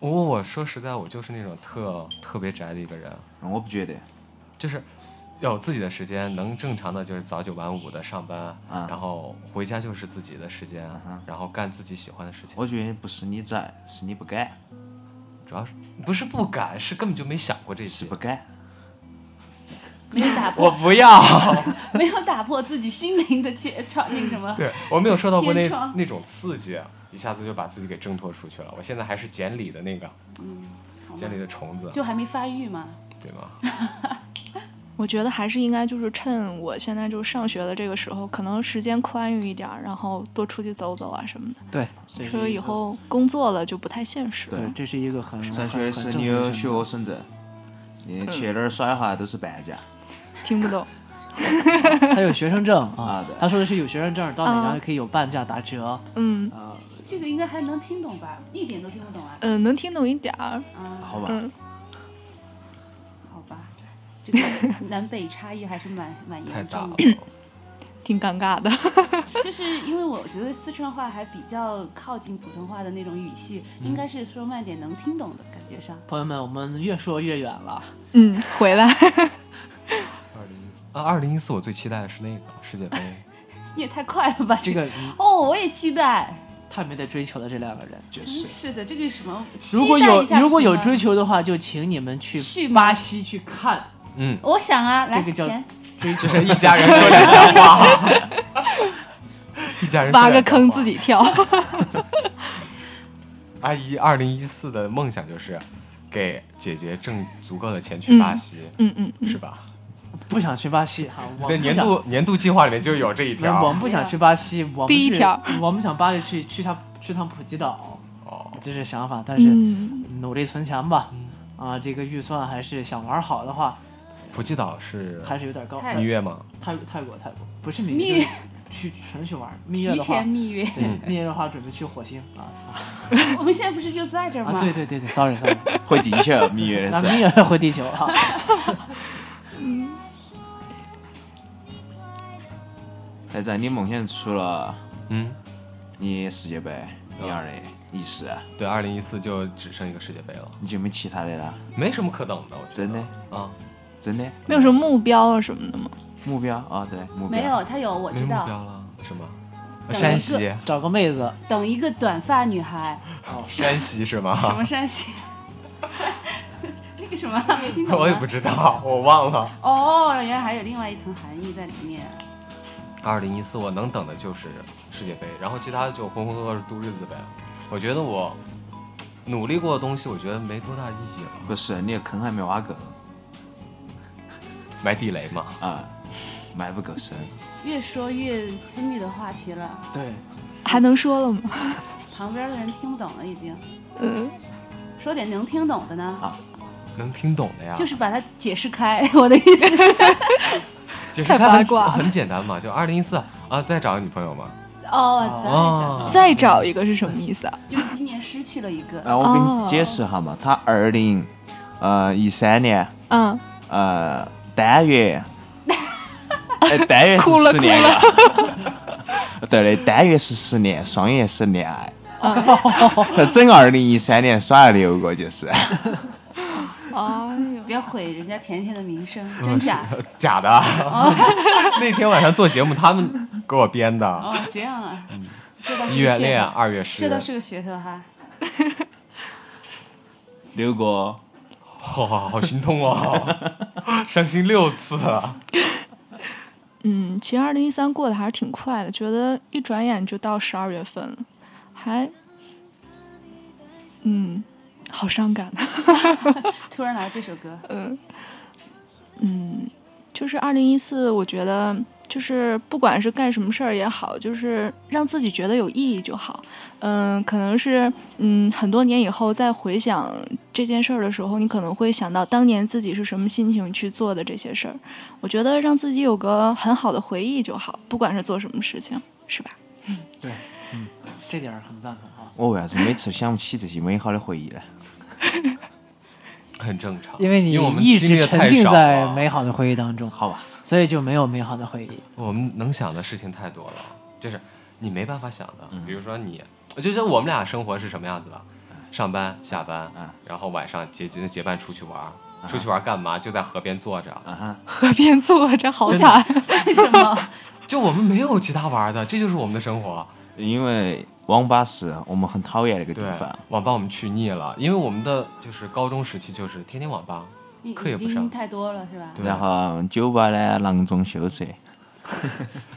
我我说实在，我就是那种特特别宅的一个人，
我不觉得，
就是要有自己的时间，能正常的就是早九晚五的上班，
啊
然后回家就是自己的时间，
哼
然后干自己喜欢的事情。
我觉得不是你宅，是你不敢，
主要是不是不敢，是根本就没想过这
是
些
不。敢。
没有打
我
破，
不要，
没有打破自己心灵的切窗那个 什么。
对我没有受到过那
天窗
那种刺激，一下子就把自己给挣脱出去了。我现在还是茧里的那个，
嗯，好吧
茧里的虫子，
就还没发育嘛。
对吗？
我觉得还是应该就是趁我现在就上学的这个时候，可能时间宽裕一点儿，然后多出去走走啊什么的。
对，这是
说
一
以
个
后工作了就不太现实。
对
对，这是一个很
上学
嗯很
的
很
时候
正
你
确的
有
选
去
择
过深圳，你去那儿耍的话都是半价。
听 不懂。
他有学生证 啊
啊对，
他说的是有学生证，到哪
啊
然后可以有半价打折。
嗯
啊
这个应该还能听懂吧？一点都听不懂啊。
嗯、呃能听懂一点儿。
啊，
好吧，
嗯，
好吧，这个南北差异还是蛮蛮
太
严
大
重
了
的。。
挺尴尬 的。
就是因为我觉得四川话还比较靠近普通话的那种语系，
嗯
应该是说慢点能听懂的感觉上。
朋友们，我们越说越远了。
嗯，回来。
二零一四啊，二零一四我最期待的是那个世界杯，
你也太快了吧！
这个
哦，我也期待。
太没得追求了，这两个人。
就
真
是
是的，这个什么？
如果有
期待一下
如果有
不行吗
追，求的话，就请你们去
去吗
巴西去看
嗯，
我想啊，来
这个叫
钱
追求
就。是一家人说两家话，一家人说
挖个
两家
坑
话
自己。 跳。
阿姨二零一四的梦想就是给姐姐挣足够的钱去巴西，
嗯嗯嗯，
是吧？
不想去巴西哈，我
嗯
对，
们
年
想
度年度计划里面就有这一
没有我
条
们。不想去巴西，我们
第一
去
条
我们想巴黎去去趟去趟普吉岛，
哦，
这是想法， 但是
嗯，
努力存钱吧。啊，这个预算还是想玩好的话，
普吉岛是
还是有点高。
太
蜜月吗？
泰泰国泰国不是
蜜
蜜
月
月，就是去纯去玩。蜜月
提
的话
前，蜜月。
对
嗯
蜜月的话准备去火星啊
我们现在不是就在这儿吗？
啊！对对对对，sorry sorry，
回地球蜜月的
那
时
蜜
候，
月回地球啊。
但是你梦想除了
嗯，
你世界杯，你二零一四，
对，二零一四就只剩一个世界杯了，
啊你就没其他的了？
没什么可等的，我觉
真的，
得啊，
真的
没有什么目标啊什么的吗？
目标啊？对，目标
没有，他有，我
没
知
目
道。
标了，什么？
等一
山
个
西，
找个妹子，
等一个短发女孩，
山西是
什么
吗？
山西？那个什么没听懂啊。
我也不知道，我忘了。
哦，原来还有另外一层含义在里面。
二零一四我能等的就是世界杯，然后其他的就浑浑噩噩度日子呗。我觉得我努力过的东西，我觉得没多大意义了。
不是，你的坑还没挖够
埋地雷嘛，
啊，埋不够深。
越说越私密的话题了，
对，
还能说了吗？
旁边的人听不懂了，已经。
嗯，
说点能听懂的呢，
能听懂的呀。
就是把它解释开。 我的意思是，
解释
太
开
八
很
卦了
很简单嘛，就二零一四啊，再找个女朋友嘛。
哦，咱俩
啊，
再找一个是什么意思啊？
这就是今年失去了一个，
啊，我给
哦
你解释一下嘛，他二零呃一三年
嗯，
呃单 月，哎单月
哭了
是十年了， 对的，单月是十年，双月是恋爱。 他整二零一三年耍了六个，就是
哎呦，
不要毁人家甜甜的名声，
嗯
真假？
假的。啊
哦
那天晚上做节目，他们给我编的。
哦，这样啊，这倒是个
一月
噱
嗯恋，啊
头，
二月失
这，倒是个噱头哈。
六个。
好好好心痛哦，伤心六次。
嗯，其实二零一三过得还是挺快的，觉得一转眼就到十二月份了，还，嗯，好伤感啊。
突然来这首歌，
嗯，嗯，就是二零一四，我觉得就是不管是干什么事儿也好，就是让自己觉得有意义就好。嗯，可能是嗯很多年以后再回想这件事儿的时候，你可能会想到当年自己是什么心情去做的这些事儿。我觉得让自己有个很好的回忆就好，不管是做什么事情，是吧？
对，嗯，这点儿很赞同啊，
我为啥子每次想不起这些美好的回忆呢？
很正常，
因为你
我们
一
经历
直
的
沉
太
浸
少
在
了
美好的回忆当中，
好吧，
所以就没有美好的回忆。
我们能想的事情太多了，就是你没办法想的。比如说你，就像我们俩生活是什么样子的，上班、下班，
嗯
然后晚上结结结伴出去玩儿，出去玩儿干嘛？就在河边坐着，
啊哈，
河边坐着好
真的
惨，
为什么？
就我们没有其他玩儿的，这就是我们的生活。
因为网吧是我们很讨厌那个地
对
方，，
网吧我们去腻了，因为我们的就是高中时期就是天天网吧，
你
课也不
已
上
经太多了是吧？
对
然后酒吧呢囊中羞涩，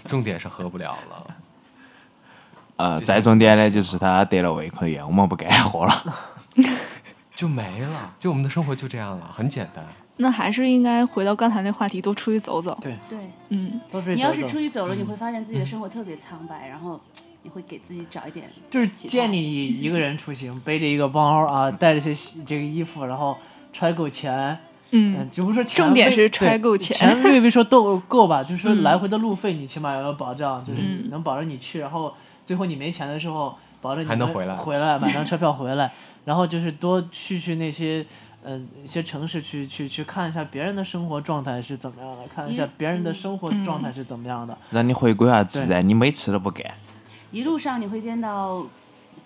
重点是喝不了了。
呃，
谢谢
再重点呢就是他得了胃溃疡，我们不敢喝了。
就没了，就我们的生活就这样了，很简单。
那还是应该回到刚才那话题，多出去走走。
对，
对，
嗯，
都是
你要
走
是
走
出去走了，你会发现自己的生活特别苍白，然后你会给自己找一点
就是
其他
建议一个人出行，背着一个包啊，带着些西这个衣服，然后揣够钱，嗯
嗯，，
只不说钱
重点
未
是揣
对
够
钱，
钱
未必说都够吧，就是说
嗯
来回的路费你起码要有保障，就是
嗯
能保证你去，然后最后你没钱的时候，保证你
还能
回
回来
回来买张车票回来，然后就是多去去那些。呃，一些城市去去去看一下别人的生活状态是怎么样的，看一下
嗯
别人的生活状
嗯
态是怎么样的。
让你回归下自然，你没吃都不干。
一路上你会见到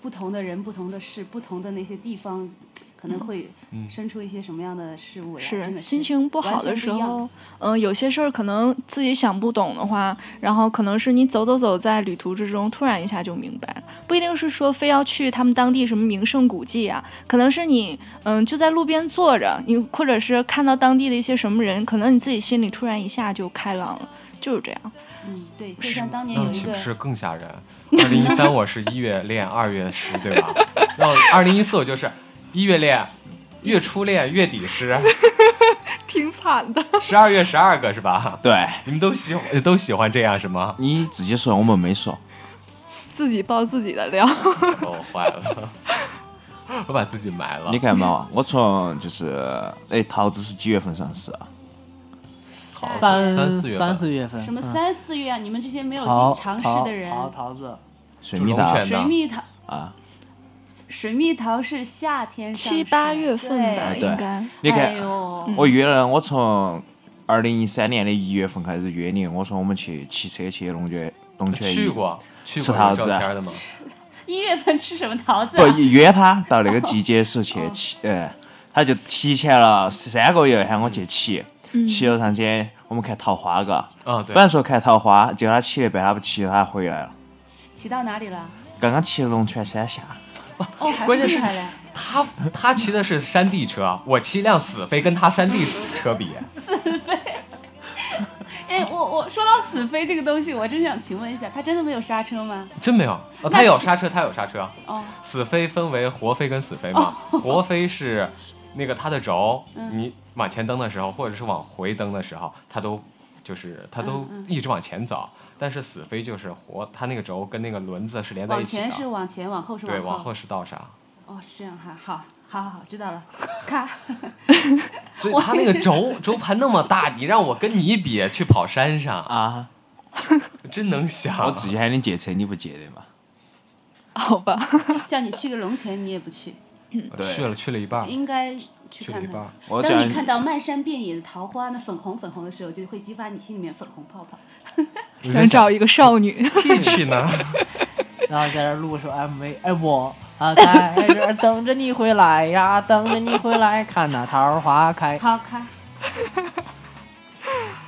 不同的人、不同的事、不同的那些地方，可能会生出一些什么样的事物来。真
是
的
心情不
完
好的
全
时
一样
候，嗯、有些事儿可能自己想不懂的话，然后可能是你走走走，在旅途之中突然一下就明白了，不一定是说非要去他们当地什么名胜古迹啊，可能是你嗯、就在路边坐着，你或者是看到当地的一些什么人，可能你自己心里突然一下就开朗了，就是这样。
嗯，对，就像当年有
那
一
岂不
个
是更吓人？二零一三我是一月恋，二月失，对吧？那二零一四我就是一月恋，月初恋，月底失，
挺惨的，
十二月十二个是吧？
对
你们都喜欢都喜欢这样是吗？
你自己说，我们没说。
自己爆自己的料。
把我哦坏了，我把自己埋了
你。看嘛，我从就是，哎，桃子是几月份上市啊？
三
三四月份
三四月份，
什么
嗯
三四月啊，你们这些没有
桃
进尝试
桃
的人，
桃桃子，
水蜜
主
桃
动权
水蜜桃
啊！
水蜜桃是夏天上
七
市
八月份吧，
对
对
应该。
你
哎
看，
呦，
我约了，我从二零一三年的一月份开始约你，我说我们去骑车去龙泉龙泉驿
去，过去过
吃桃
有
子
照片的吗？
一月份吃什么桃子啊？
不约他到那个季节时候去骑，哎，他就提前了三个月喊我去骑，
嗯
骑了上去我们看桃花嘎，
啊，对
本，来说看桃花，结果他骑了一半他不骑了，他回来了，
骑到哪里了？
刚刚骑了龙泉山下，
哦，还
关键
厉
是
害嘞！
他他骑的是山地车，我骑一辆死飞，跟他山地车比，
哎，我我说到死飞这个东西，我真想请问一下，它真的没有刹车吗？
真没有。哦，
那
他有
骑
刹车，他有刹车。
哦，
死飞分为活飞跟死飞嘛，活飞是那个它的轴，
嗯
你往前蹬的时候，或者是往回蹬的时候，它都就是它都
嗯嗯
一直往前走。但是死飞就是活，它那个轴跟那个轮子是连在
往
一起
前是
的，
往前，往后是
对，往
后
后是倒刹，
哦，是这样哈，好，好，好，好，知道了。 咔，
所以它那个轴轴盘那么大，你让我跟你比去跑山上，
啊，
真能想。
我自己喊你借车你不借的嘛，
好吧，
叫你去个龙泉，你也不去，
对
啊去了去了一半儿，
应该去
去了一
看
半
看
儿。。
我
当
讲
你看到漫山遍野的桃花，那粉红粉红的时候，就会激发你心里面粉红泡泡。
你
想
在
找一个少女。
Peach 呢？
然后在这儿录首 MV，哎我啊在这儿等着你回来呀，等着你回来，看那桃花开。
好看，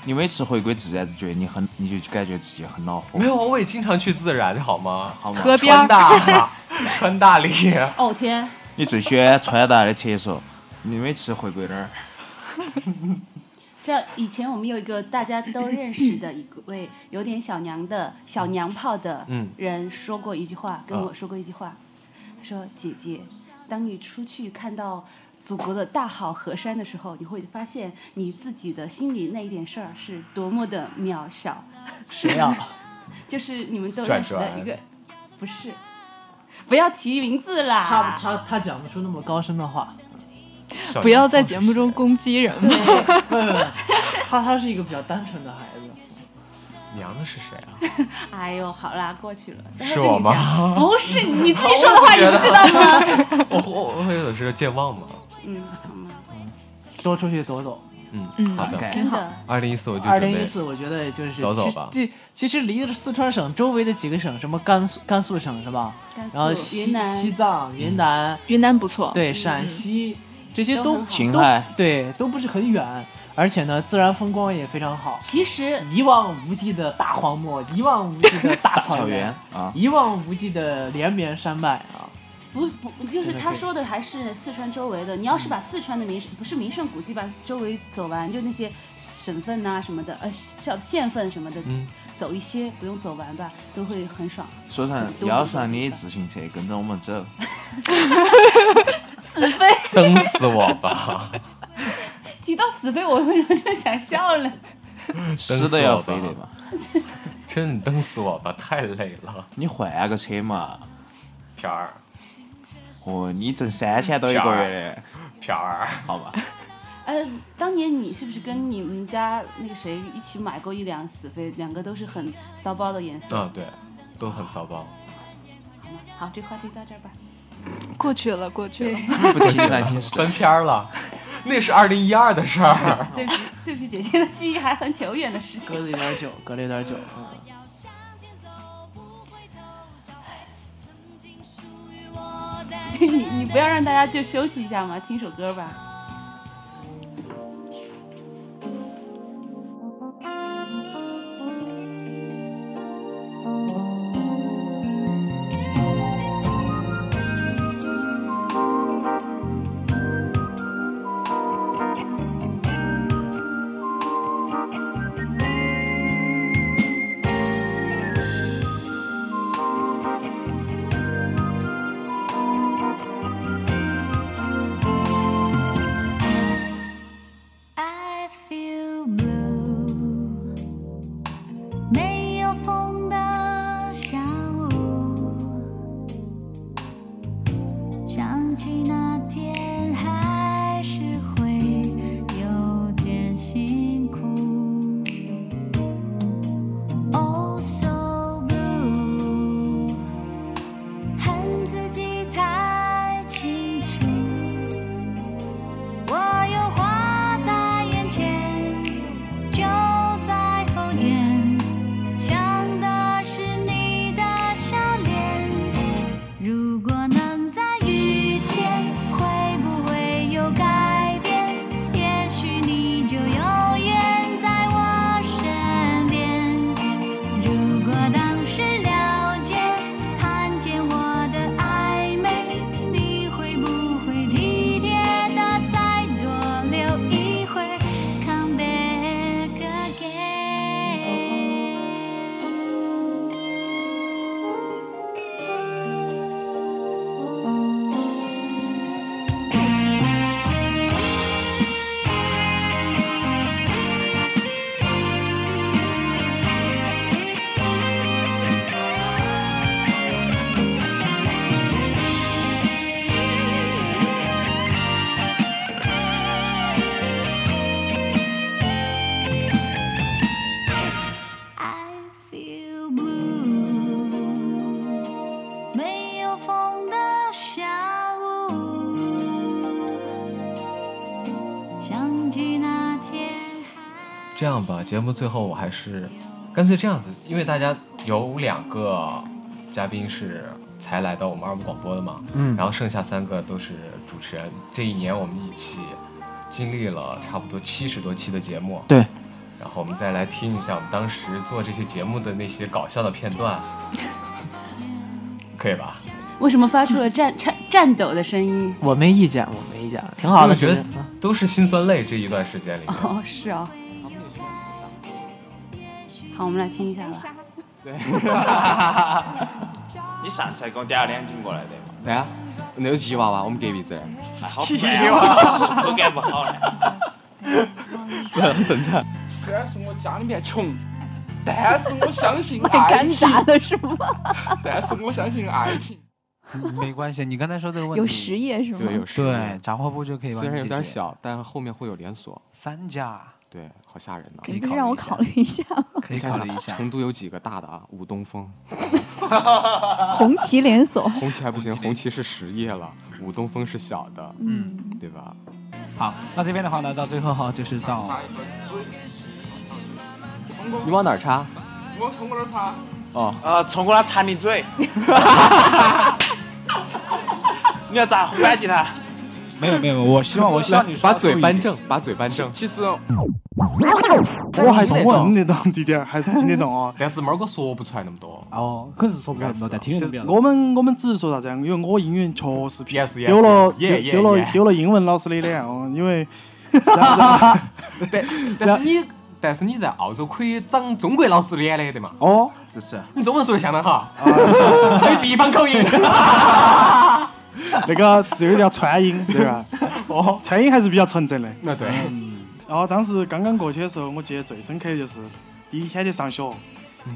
你每次回归自然，就觉得你很，你就感觉自己很恼火
没，有，啊我也经常去自然，好吗？
好吗？
河边
穿大， 穿大啊力。
哦天，
你最喜欢穿搭的厕所，你每次回归那儿，
这以前我们有一个大家都认识的一个位有点小娘的小娘炮的
嗯
人说过一句话，跟
啊
我说过一句话，
嗯
他说：“姐姐，当你出去看到祖国的大好河山的时候，你会发现你自己的心里那一点事儿是多么的渺小。
谁呀、
就是你们都
转
认识
转
的一个，不是，不要提名字
他
啦。
他他讲不出那么高深的 话，
小
不要在
娘炮
节目中
是谁
攻击人嘛。
不不不，他他是一个比较单纯的孩子。
娘的是谁啊？
哎呦，好啦，过去了。但
是
跟
我
你
吗
讲不是，你自己说的 话，你不知道吗？
我我我有的是健忘嘛。
嗯，好吗？
多出去走走。
嗯
嗯
好的。
真的，
二零一四我就
二
准
零一
备
四，我觉得就是
走走
其实
吧
这其实离着四川省周围的几个省，什么甘肃甘肃省是吧？
甘肃
然后、西
云南、
西藏、云南，
云南不错，
对陕西这些
都
都
很好
秦汉
对都不是很远，而且呢自然风光也非常好。
其实
一望无际的大荒漠，一望无际的大
草
草
原
原，
啊，
一望无际的连绵山脉啊！
不不，就是
真的
他
可以
说的还是四川周围的。你要是把四川的名胜，不是名胜古迹吧，周围走完，就那些省份呐、什么的，呃，小县份什么的，
嗯
走一些不用走完吧，都会很爽。
说上要是让你自行车跟着我们 走，
死飞，
蹬死我吧！
提到死飞，我为什么就想笑了？
死的要飞的嘛。
真的你蹬死我吧，太累了。
你换个车嘛。
片儿，
哦，你挣三千多一个月嘞，
片儿，
好吧？
呃，当年你是不是跟你们家那个谁一起买过一辆死飞？两个都是很骚包的颜色。
啊，对，都很骚包。
好，这话题到这儿吧。
过去了，过去了。
不提这难听事。
翻篇儿了， 那是二零一二的事儿。
对不起，对不起，姐姐的记忆还很久远的事
隔
情。
了一点久，隔了一点久。嗯
对你，你不要让大家就休息一下嘛，听首歌吧。
I feel blue，没有风的下午，想起那天还是会有点辛苦。Oh so blue，恨自己太清楚。我有花在眼前，就在后天，想的是你的笑脸。如果能再遇见，会不会有改变？也许你就永远在我身边。如果当时了解，看见我的暧昧，你会不会体贴的再多留一会儿？Come back again。I feel blue，没有风的下午，想起那天还
这样吧，节目最后我还是干脆这样子，因为大家有两个嘉宾是才来到我们二部广播的嘛，
嗯
然后剩下三个都是主持人。这一年我们一起经历了差不多七十多期的节目，
对，
然后我们再来听一下我们当时做这些节目的那些搞笑的片段，可以吧？
为什么发出了战颤颤抖的声音？
我没意见，我没意见，挺好的。
我觉得
其实
都是辛酸泪这一段时间里面。
哦，是哦。好，我们来听一下吧。
你上次还给我点了两斤过来的嘛？
对啊， 那有吉娃娃，我们隔壁子，
哎 好烦啊，口 感不好嘞。
是很正常。
虽然是我家里面穷，但是我相信爱
干
情
啥，的是吗？
但是我相信爱情。
没关系，你刚才说这个问
有
题，
实业是吗？
对，有时
嗯
对，杂货铺就可以帮
虽
你
然有
解
点
决，
小，但后面会有连锁。
三家
对，好吓人呐、
可以
你不
考
是
虑
让
一
我
下
考虑一下吗？
可以考虑一下。
成都有几个大的啊？武东风，
红旗连 锁。
红旗还不行，红旗是实业了，武东风是小的，
嗯，
对吧？
好，那这边的话呢，到最后哈，就是到
嗯
你往哪儿插？
我从我那儿查，
哦，
呃，冲过来馋你 嘴。你要咋反击他？
没有没有，我希望我希 望你
把
说到
嘴
注意
扳
点。
正，把嘴扳正。
其实
哦
我还是文的懂滴点儿，还是听得懂哦。
但是猫儿哥说不出来那么多。
哦，可 是说不了那么多，但听得
就
懂
是
了。
我们我们只是说啥子啊？因为我英语确实
Yes, yes,
丢了
yes, yeah,
丢
yeah,
丢了
yeah
丢了英文老师的脸哦，因 为然后
但但是你但是你在澳洲可以长中国老师脸的对嘛？
哦，
这是
你中文说的相当好， 还有地方口音。
那个这个叫川音，对吧？哦，川音还是比较纯正的。
那对，
然后当时刚刚过去的时候，我记得最深刻的就是第一天去上学，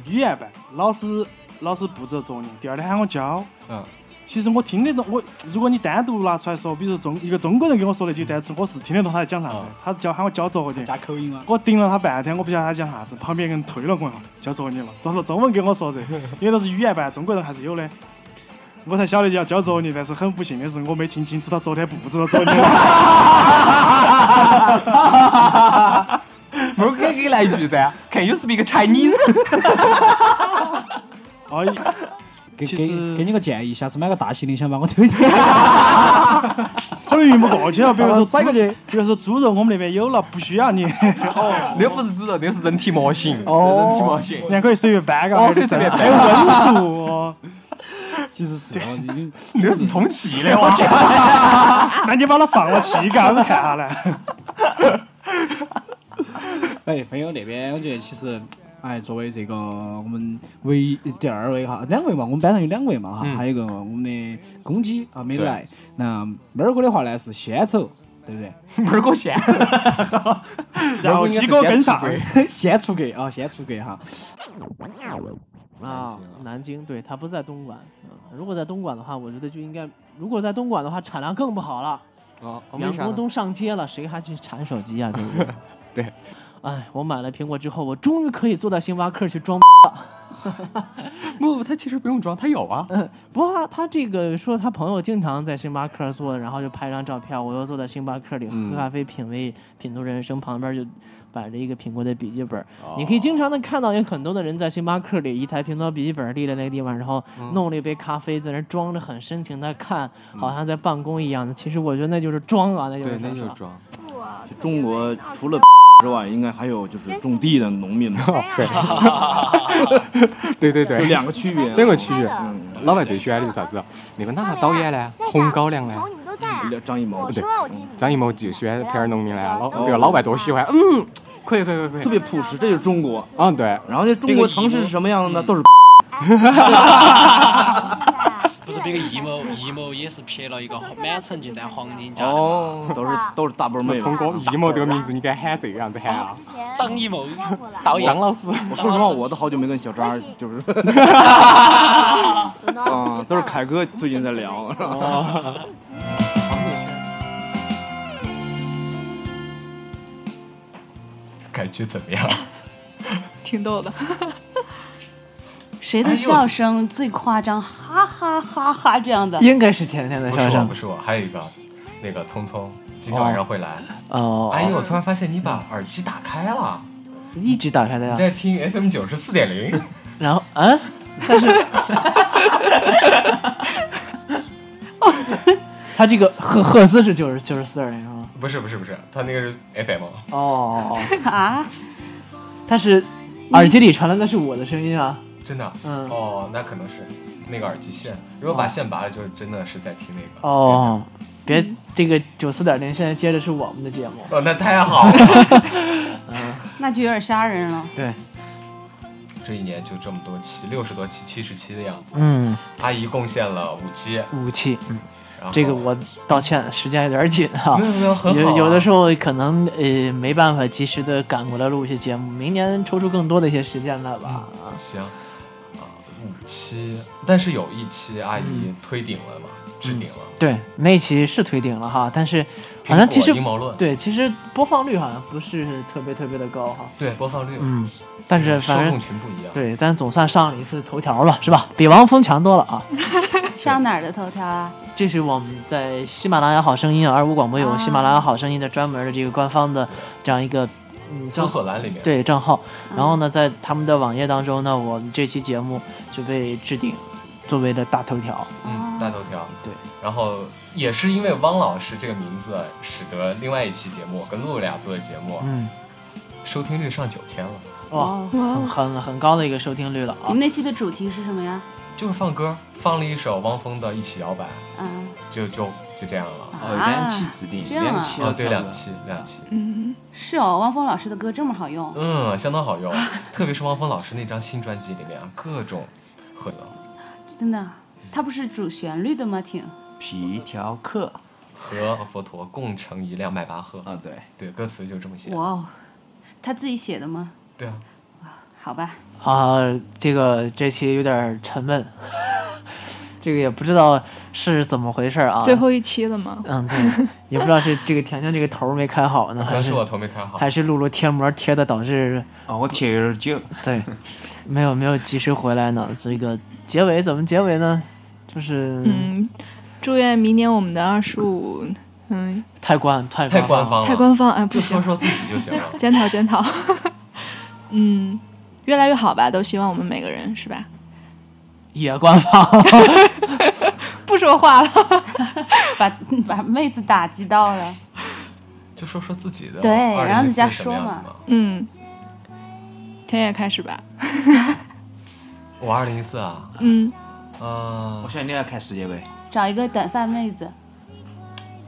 语言班老师老师布置的作业，第二天喊我交。
嗯，
其实我听得懂，我如果你单独拿出来说，比如说中一个中国人给我说那几个单词，我是听得懂他在讲啥的。他教喊我交作业，加口音啊！我盯了他半天，我不晓得他讲啥子，旁边人推了我一下，交作业了，找了中文给我说的，因为都是语言班，中国人还是有的。我才晓得要交作业，但是很不幸的是，我没听清楚他昨天布置了作业。
我可以给你来一句噻，Can you speak Chinese？
哦，
给给给你个建议，下次买个大行李箱把我丢 进去。
可能运不过去 了，比如说
甩过
去，比如说猪肉我们那边有了，不需要你。哦，
那不是猪肉，那是人体模型。
哦
人体模型。
你还可以随便搬嘎，
哦可以随便搬
还有温度哦。
其实是，已 经
那是充 气的哇。
那你把它放了气嘎，我们看下来。
哎，朋友那边，我觉得其实，哎，作为这个我们唯一第二位哈，两位嘛，我们班上有两位嘛哈，
嗯
还有一个我们的公鸡啊没来
对。
那妹儿哥的话呢是先走，对不对？
妹儿哥先走，
然后
鸡哥跟上，
先出格啊，先出格哈。
啊，南京，对，它不在东莞。嗯如果在东莞的话，我觉得就应该，如果在东莞的话，产量更不好了。
哦，
员工都上街了，谁还去产手机啊？对不 对？
对。
哎，我买了苹果之后，我终于可以坐到星巴克去装了。
不，他其实不用装，他有啊。
嗯，不过他这个说他朋友经常在星巴克坐，然后就拍张照片。我又坐在星巴克里
嗯
喝咖啡，品味、品读人生，旁边就摆着一个苹果的笔记本。你可以
哦
经常的看到有很多的人在星巴克里一台苹果笔记本立在那个地方，然后
嗯
弄了一杯咖啡，在那儿装着很深情的看，好像在办公一样的。其实我觉得那就是装啊，那就是
嗯对，那就是是装。
就中国除了 之外，应该还有就是种地的农民 嘛。
对，对对哦对，
就两个区别
两 个区别。嗯老外最喜欢的是啥子啊？那个哪个导演呢？红高粱呢？啊嗯
张艺谋
对，张艺谋就喜欢拍点农民呢。老，比如哦老外多喜欢，嗯，可以可以可以可以，
特别朴实，这就是中国。
嗯对。
然后这中国城市是什么 样的呢？都是
哎
啊不是别个
啊
易某，易某也是撇了一个满城尽带黄金家的嘛
哦，都是都是大辈儿妹。
聪哥，易谋这个名字你敢喊这个样子喊啊？
张艺 谋
导
演张老师
我说实话，我都好久没跟小张儿就是
哦
啊， 都是凯哥最近在聊。
哦
感觉怎么样？
挺逗的。
谁的笑声最夸张？哈哈哈哈这样的，
应该是甜甜的
不
笑
是我，
声
不。是我，还有一个，那个聪聪今天晚上会来。
哦，
哎呦，我突然发现你把耳机打开了，
一直打开的呀
你。在听 FM 九十四点零。
然后，嗯，但是 他这个赫赫兹是九十九十四人是吗？
不是不是不是，他那个是 FM。
哦哦哦，
啊，
但是耳机里传来的是我的声音啊。
真的？
嗯。
哦，那可能是那个耳机线，如果把线拔了，就是真的是在听那个。
哦，别，这个九四点零现在接着是我们的节目。
哦，那太好了。
嗯，
那就有点吓人了。
对，
这一年就这么多期，六十多期、七十期的样子。
嗯，
阿姨贡献了五期。
武器，嗯
然后，
这个我道歉，时间有点紧哈。
没有没有很好啊
有有的时候可能呃没办法及时的赶过来录一些节目，明年抽出更多的一些时间来吧。
行，啊、五期，但是有一期阿
嗯
姨推顶了嘛，置顶了。
对，那期是推顶了哈，但是嗯好像
苹果
其实
阴谋论
对，其实播放率好像不是特别特别的高哈。
对，播放率。
嗯，但是
受
反正
众群不一样。
对，但总算上了一次头条了，是吧？比王峰强多了啊。
上哪儿的头条啊？
这是我们在喜马拉雅好声音啊，二五广播有
啊
喜马拉雅好声音的专门的这个官方的这样一个嗯
搜索栏里面
对账号。
嗯
然后呢，在他们的网页当中呢，我们这期节目就被置顶作为了大头条。
嗯，大头条。
对，
然后也是因为汪老师这个名字，使得另外一期节目我跟露露俩做的节目，
嗯，
收听率上九千了。
哇
哦，
很很很高的一个收听率了
你
啊
嗯
们。那期的主题是什么呀？
就是放歌，放了一首汪峰的《一起摇摆》，
嗯，
就就就这样了。
哦两期指定这样啊两期
哦，对，两期，两期。
嗯，是哦，汪峰老师的歌这么好用。
嗯，相当好用，特别是汪峰老师那张新专辑里面啊，各种和
真的，它不是主旋律的吗？挺
皮条客，
和佛陀共乘一辆迈巴赫。
啊，对，
对，歌词就这么写。
哇哦，他自己写的吗？
对啊。
好吧，
好，这个这期有点沉闷， 这个也不知道是怎么回事啊。
最后一期了吗？
嗯，对，也不知道是这个甜甜这个头儿没开好呢，
可
还
能是我头没开好
还是露露贴膜贴的导致
哦，我贴有点久，
对，没有没有及时回来呢。这个结尾怎么结尾呢？就是
嗯，祝愿明年我们的二十五，嗯，
太官太
太官方了，
太官方哎不
就说
行。
说自己就行了
检讨检讨， 嗯，越来越好吧，都希望我们每个人是吧？
也官方，
不说话了，
把 把妹子打击到了。
就说说自己的。
对
2024
然后人家
什么
说
样
嘛
子嘛。
嗯，田野开始吧，
我二零一四啊，
嗯，
呃，
我想你要看世界杯。
找一个短发妹子，，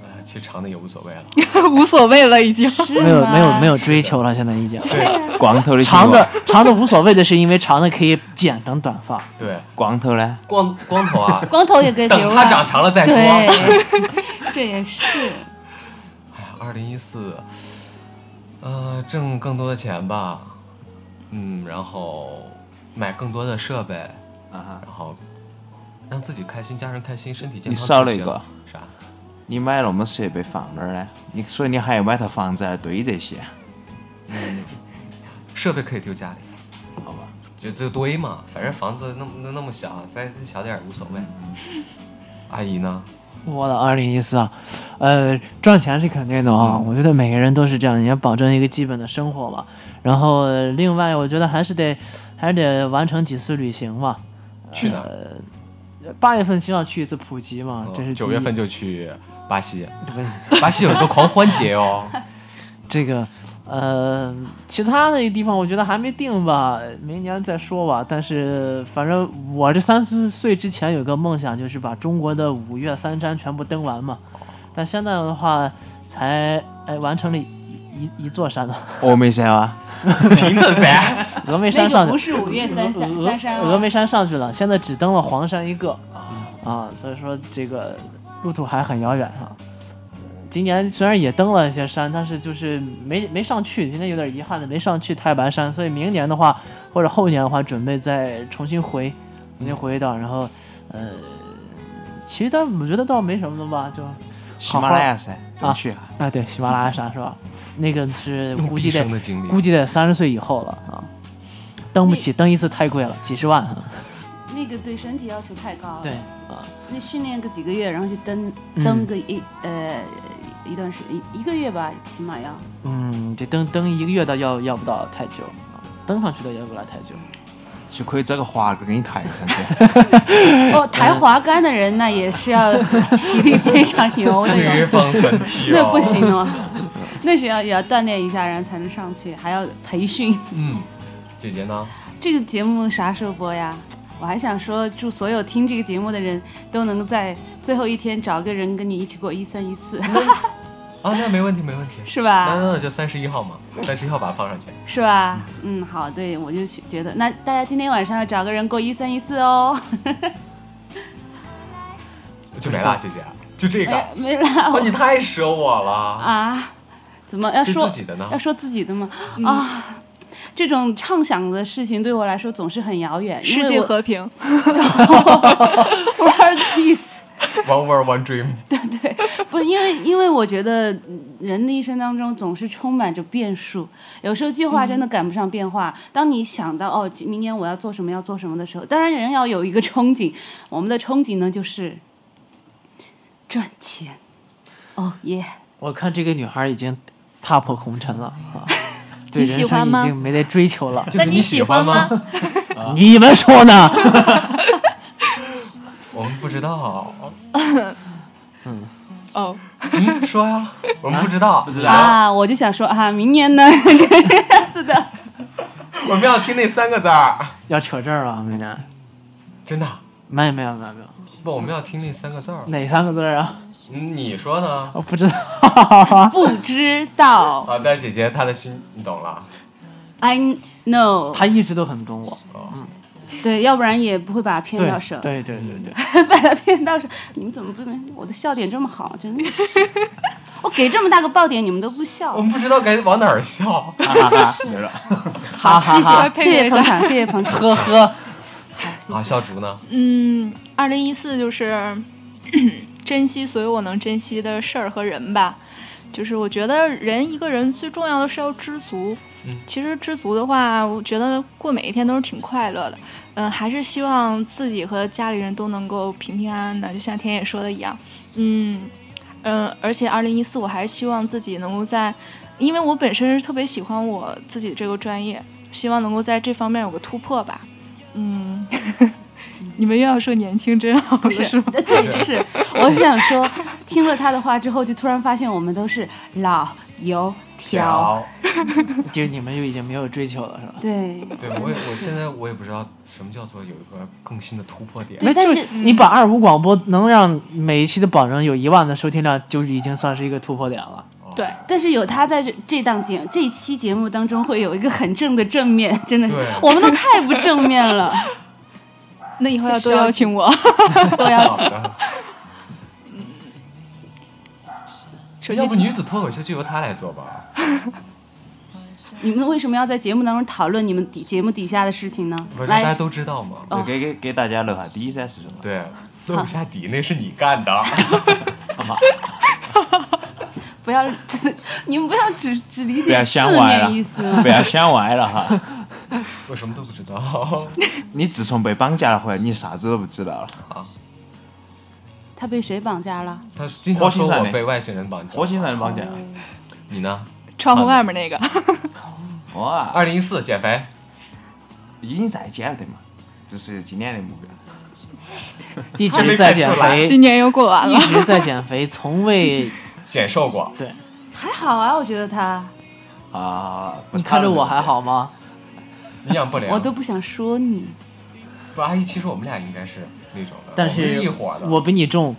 呃，其实长的也无所谓了。
无所谓了已经，
没有没有没有追求了，现在已经。
对光头的情
长的
况
长的无所谓的是因为长的可以剪成短发。
对，
光头呢？
光光头啊
光头也可以留
等
啊。
它长长了再说。
对，这也 是。
二零一四，呃，挣更多的钱吧，嗯，然后买更多的设备，
啊
然后让自己开心，家人开心，身体健
你
康就行。
少了一个
啥？
你买那么设备放哪儿呢？你所以你还要买套房子来堆这些，
嗯，设备可以丢家里，
好吧？
就就堆嘛，反正房子那么那那么小，再再小点儿也无所谓。阿姨呢？
我的二零一四啊，呃，赚钱是肯定的啊，
嗯
我觉得每个人都是这样，你要保证一个基本的生活吧。然后呃另外，我觉得还是得还是得完成几次旅行吧。
去哪？哦
呃，八月份希望去一次普吉嘛，这是
九
第一
月份就去巴西，
对
巴西有一个狂欢节哦。
这个呃，其他的地方我觉得还没定吧，明年再说吧。但是反正我这三十岁之前有个梦想，就是把中国的五岳三山全部登完嘛。但现在的话才哎完成了一一一座 山呢，
峨眉山 啊，秦
岭山，峨眉山
那
上去
个不是五岳三山
峨
三山哦
峨嗯峨眉山上去了，现在只登了黄山一个啊，所以说这个路途还很遥远啊。今年虽然也登了一些山，但是就是没没上去，今年有点遗憾的没上去太白山，所以明年的话或者后年的话，准备再重新回，重新回到，然后呃，其实倒我觉得倒没什么的吧，就
喜马拉雅山
好
争
好
取一
啊
下
啊，对，喜马拉雅山是吧？那个是
用
估计
毕
得
生的精力
估计得三十岁以后了啊，登不起，登一次太贵了，几十万。
那个对身体要求太高了。
对啊，
那训练个几个月，然后去登
嗯
登个一、呃一段时一一个月吧，起码要。
嗯，这登登一个月倒要要不到太久，啊登上去倒要不了太久。
就可以找个华哥给你抬上去。
嗯
哦，抬滑竿的人那也是要 体力非 常牛的
举
哟
方神器哦
那不行哦， 那是要也要锻炼一下，然后才能上去，还要培训。
嗯，姐姐呢？
这个节目啥时候播呀？我还想说，祝所有听这个节目的人都能在最后一天找个人跟你一起过一三一四，
啊，那没问题，没问题，
是吧
那那那就三十一号嘛，三十一号把它放上去。
是吧？嗯，好，对我就觉得，那大家今天晚上要找个人过一三一四哦。
就没了，姐姐，就这个。哦
哎没了
哇，你太舍我了。
啊？怎么要
是
说
自己的呢
要说自己的吗？啊，这种畅想的事情对我来说总是很遥远，因
世
为
界
我
和平，
world peace。
One world, one dream。
不，因为因为我觉得嗯人的一生当中总是充满着变数，有时候计划真的赶不上变化。当你想到哦，明年我要做什么，要做什么的时候，当然人要有一个憧憬。我们的憧憬呢，就是赚钱。哦耶！
我看这个女孩已经踏破红尘了 啊，对
你喜
人
欢
生已
吗
经没得追求 了。
就是那你你喜喜欢欢吗？
你们说呢？
我们不知道。嗯，
哦，
嗯，说呀，我们不知道，不知
啊，我就想说啊，明年呢？
我们要听那三个字儿。
要扯这儿了，美男？
真的？
没有没有没有没有，
不，我们要听那三个字儿。
哪三个字儿啊？
嗯？你说呢？啊
我不知道。
不知道。
好的，姐姐，她的心你懂了。
I No，
他一直都很懂我。嗯，
对，要不然也不会把它骗
对
到手。
对对对对，
把它骗到手，你们怎么不能？我的笑点这么好，真的是，我给这么大个爆点，你们都不笑。
我们不知道该往哪儿笑。
好，谢
哈
谢，谢谢捧场，谢谢捧场。
呵呵。好，啊笑竹呢？
嗯，二零一四就是珍惜所有我能珍惜的事儿和人吧。就是我觉得人一个人最重要的是要知足。
嗯
其实知足的话，我觉得过每一天都是挺快乐的。嗯，还是希望自己和家里人都能够平平安安的，就像田野说的一样。嗯嗯，而且二零一四我还是希望自己能够在，因为我本身是特别喜欢我自己这个专业，希望能够在这方面有个突破吧。嗯， 你们又要说年轻真好
不
了
是
是吗？
对，是，我是想说，听了他的话之后，就突然发现我们都是老油条。
就你们就已经没有追求了，是吧？
对
对，我也我现在我也不知道什么叫做有一个更新的突破点。
没，就是
嗯
你把二五广播能让每一期的保证有一万的收听量，就已经算是一个突破点了。
啊
对，但是有他在这这档节这一期节目当中，会有一个很正的正面，真的
对，
我们都太不正面了。
那以后要多邀请我，
多邀
啊
请。
要不女子脱口秀就由她来做吧？
你们为什么要在节目当中讨论你们底节目底下的事情呢？
不是大家
来，
都知道吗？
哦
给给给大家露下底噻，是吗？
对，露下底那是你干的。
不要， 你们不要只只理
不
解
要
字
想歪了
面意思嘛，
不要想歪了哈！
我什么都不知道。
你自从被绑架了回来，你啥子都不知道了。
他被谁绑架了？
他经常
火
说
星上
我
的
被外星人绑架，
火星上的绑架。
你呢？
窗户外面那个，
哇！
二零一四减肥，
已经在减了对嘛？这是今年的目标。
一直在减肥，
今年又过完了
一直在减肥，从未
减瘦过。
对，
还好啊，我觉得他，
啊！
你看着 我还好吗？
营养不良。
我都不想说你。
不，阿姨，其实我们俩应该是那种的，
但
我们
是
一伙儿的。
我比你重，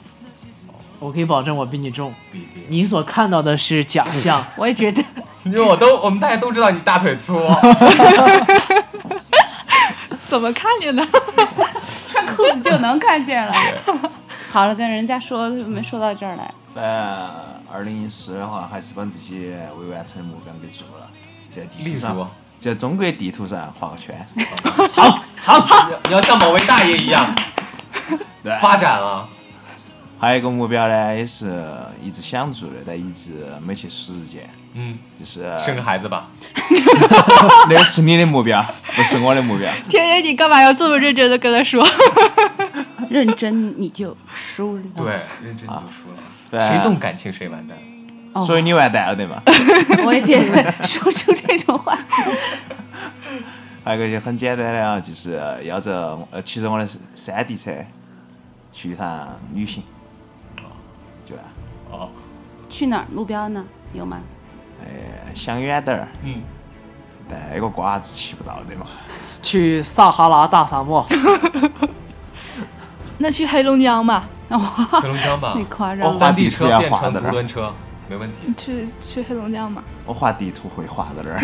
我可以保证我比你重
不一定。
你所看到的是假 象，
我也觉得。
因为我都我们大家都知道你大腿 粗，
怎么看见的？
穿裤子就能看见了。好了，跟人家说没说到这儿来。
呃，二零一四的话，还是把自己未完成的目标给做了，在地图
例如
上，在中国地图上画个圈。
你要像某位大爷一样
对
发展啊。
还有一个目标呢，也是一直想做的，但一直没去实践，
嗯，
就是
生个孩子吧。
那是你的目标，不是我的目标。
天爷，你干嘛要这么认真的跟他说？
认真你就输了。
对，认真你就输了，
对
谁动感情谁完蛋。
哦
所以你完蛋了，对吧？
我也觉得说出这种话，
还有一个就很简单的啊，就是要着呃骑着我的山地车去一趟旅行，对吧？
哦，
去哪儿目标呢？有吗？
哎，想远点儿，
嗯，
但那个瓜子吃不到的嘛。
去撒哈拉大沙漠。
那去黑龙江吧，
黑龙江吧，
你夸张了
山地车
我画地
变
图要画
成
的
独轮车，没问题。
去去黑龙江吧。
我画地图会画的人，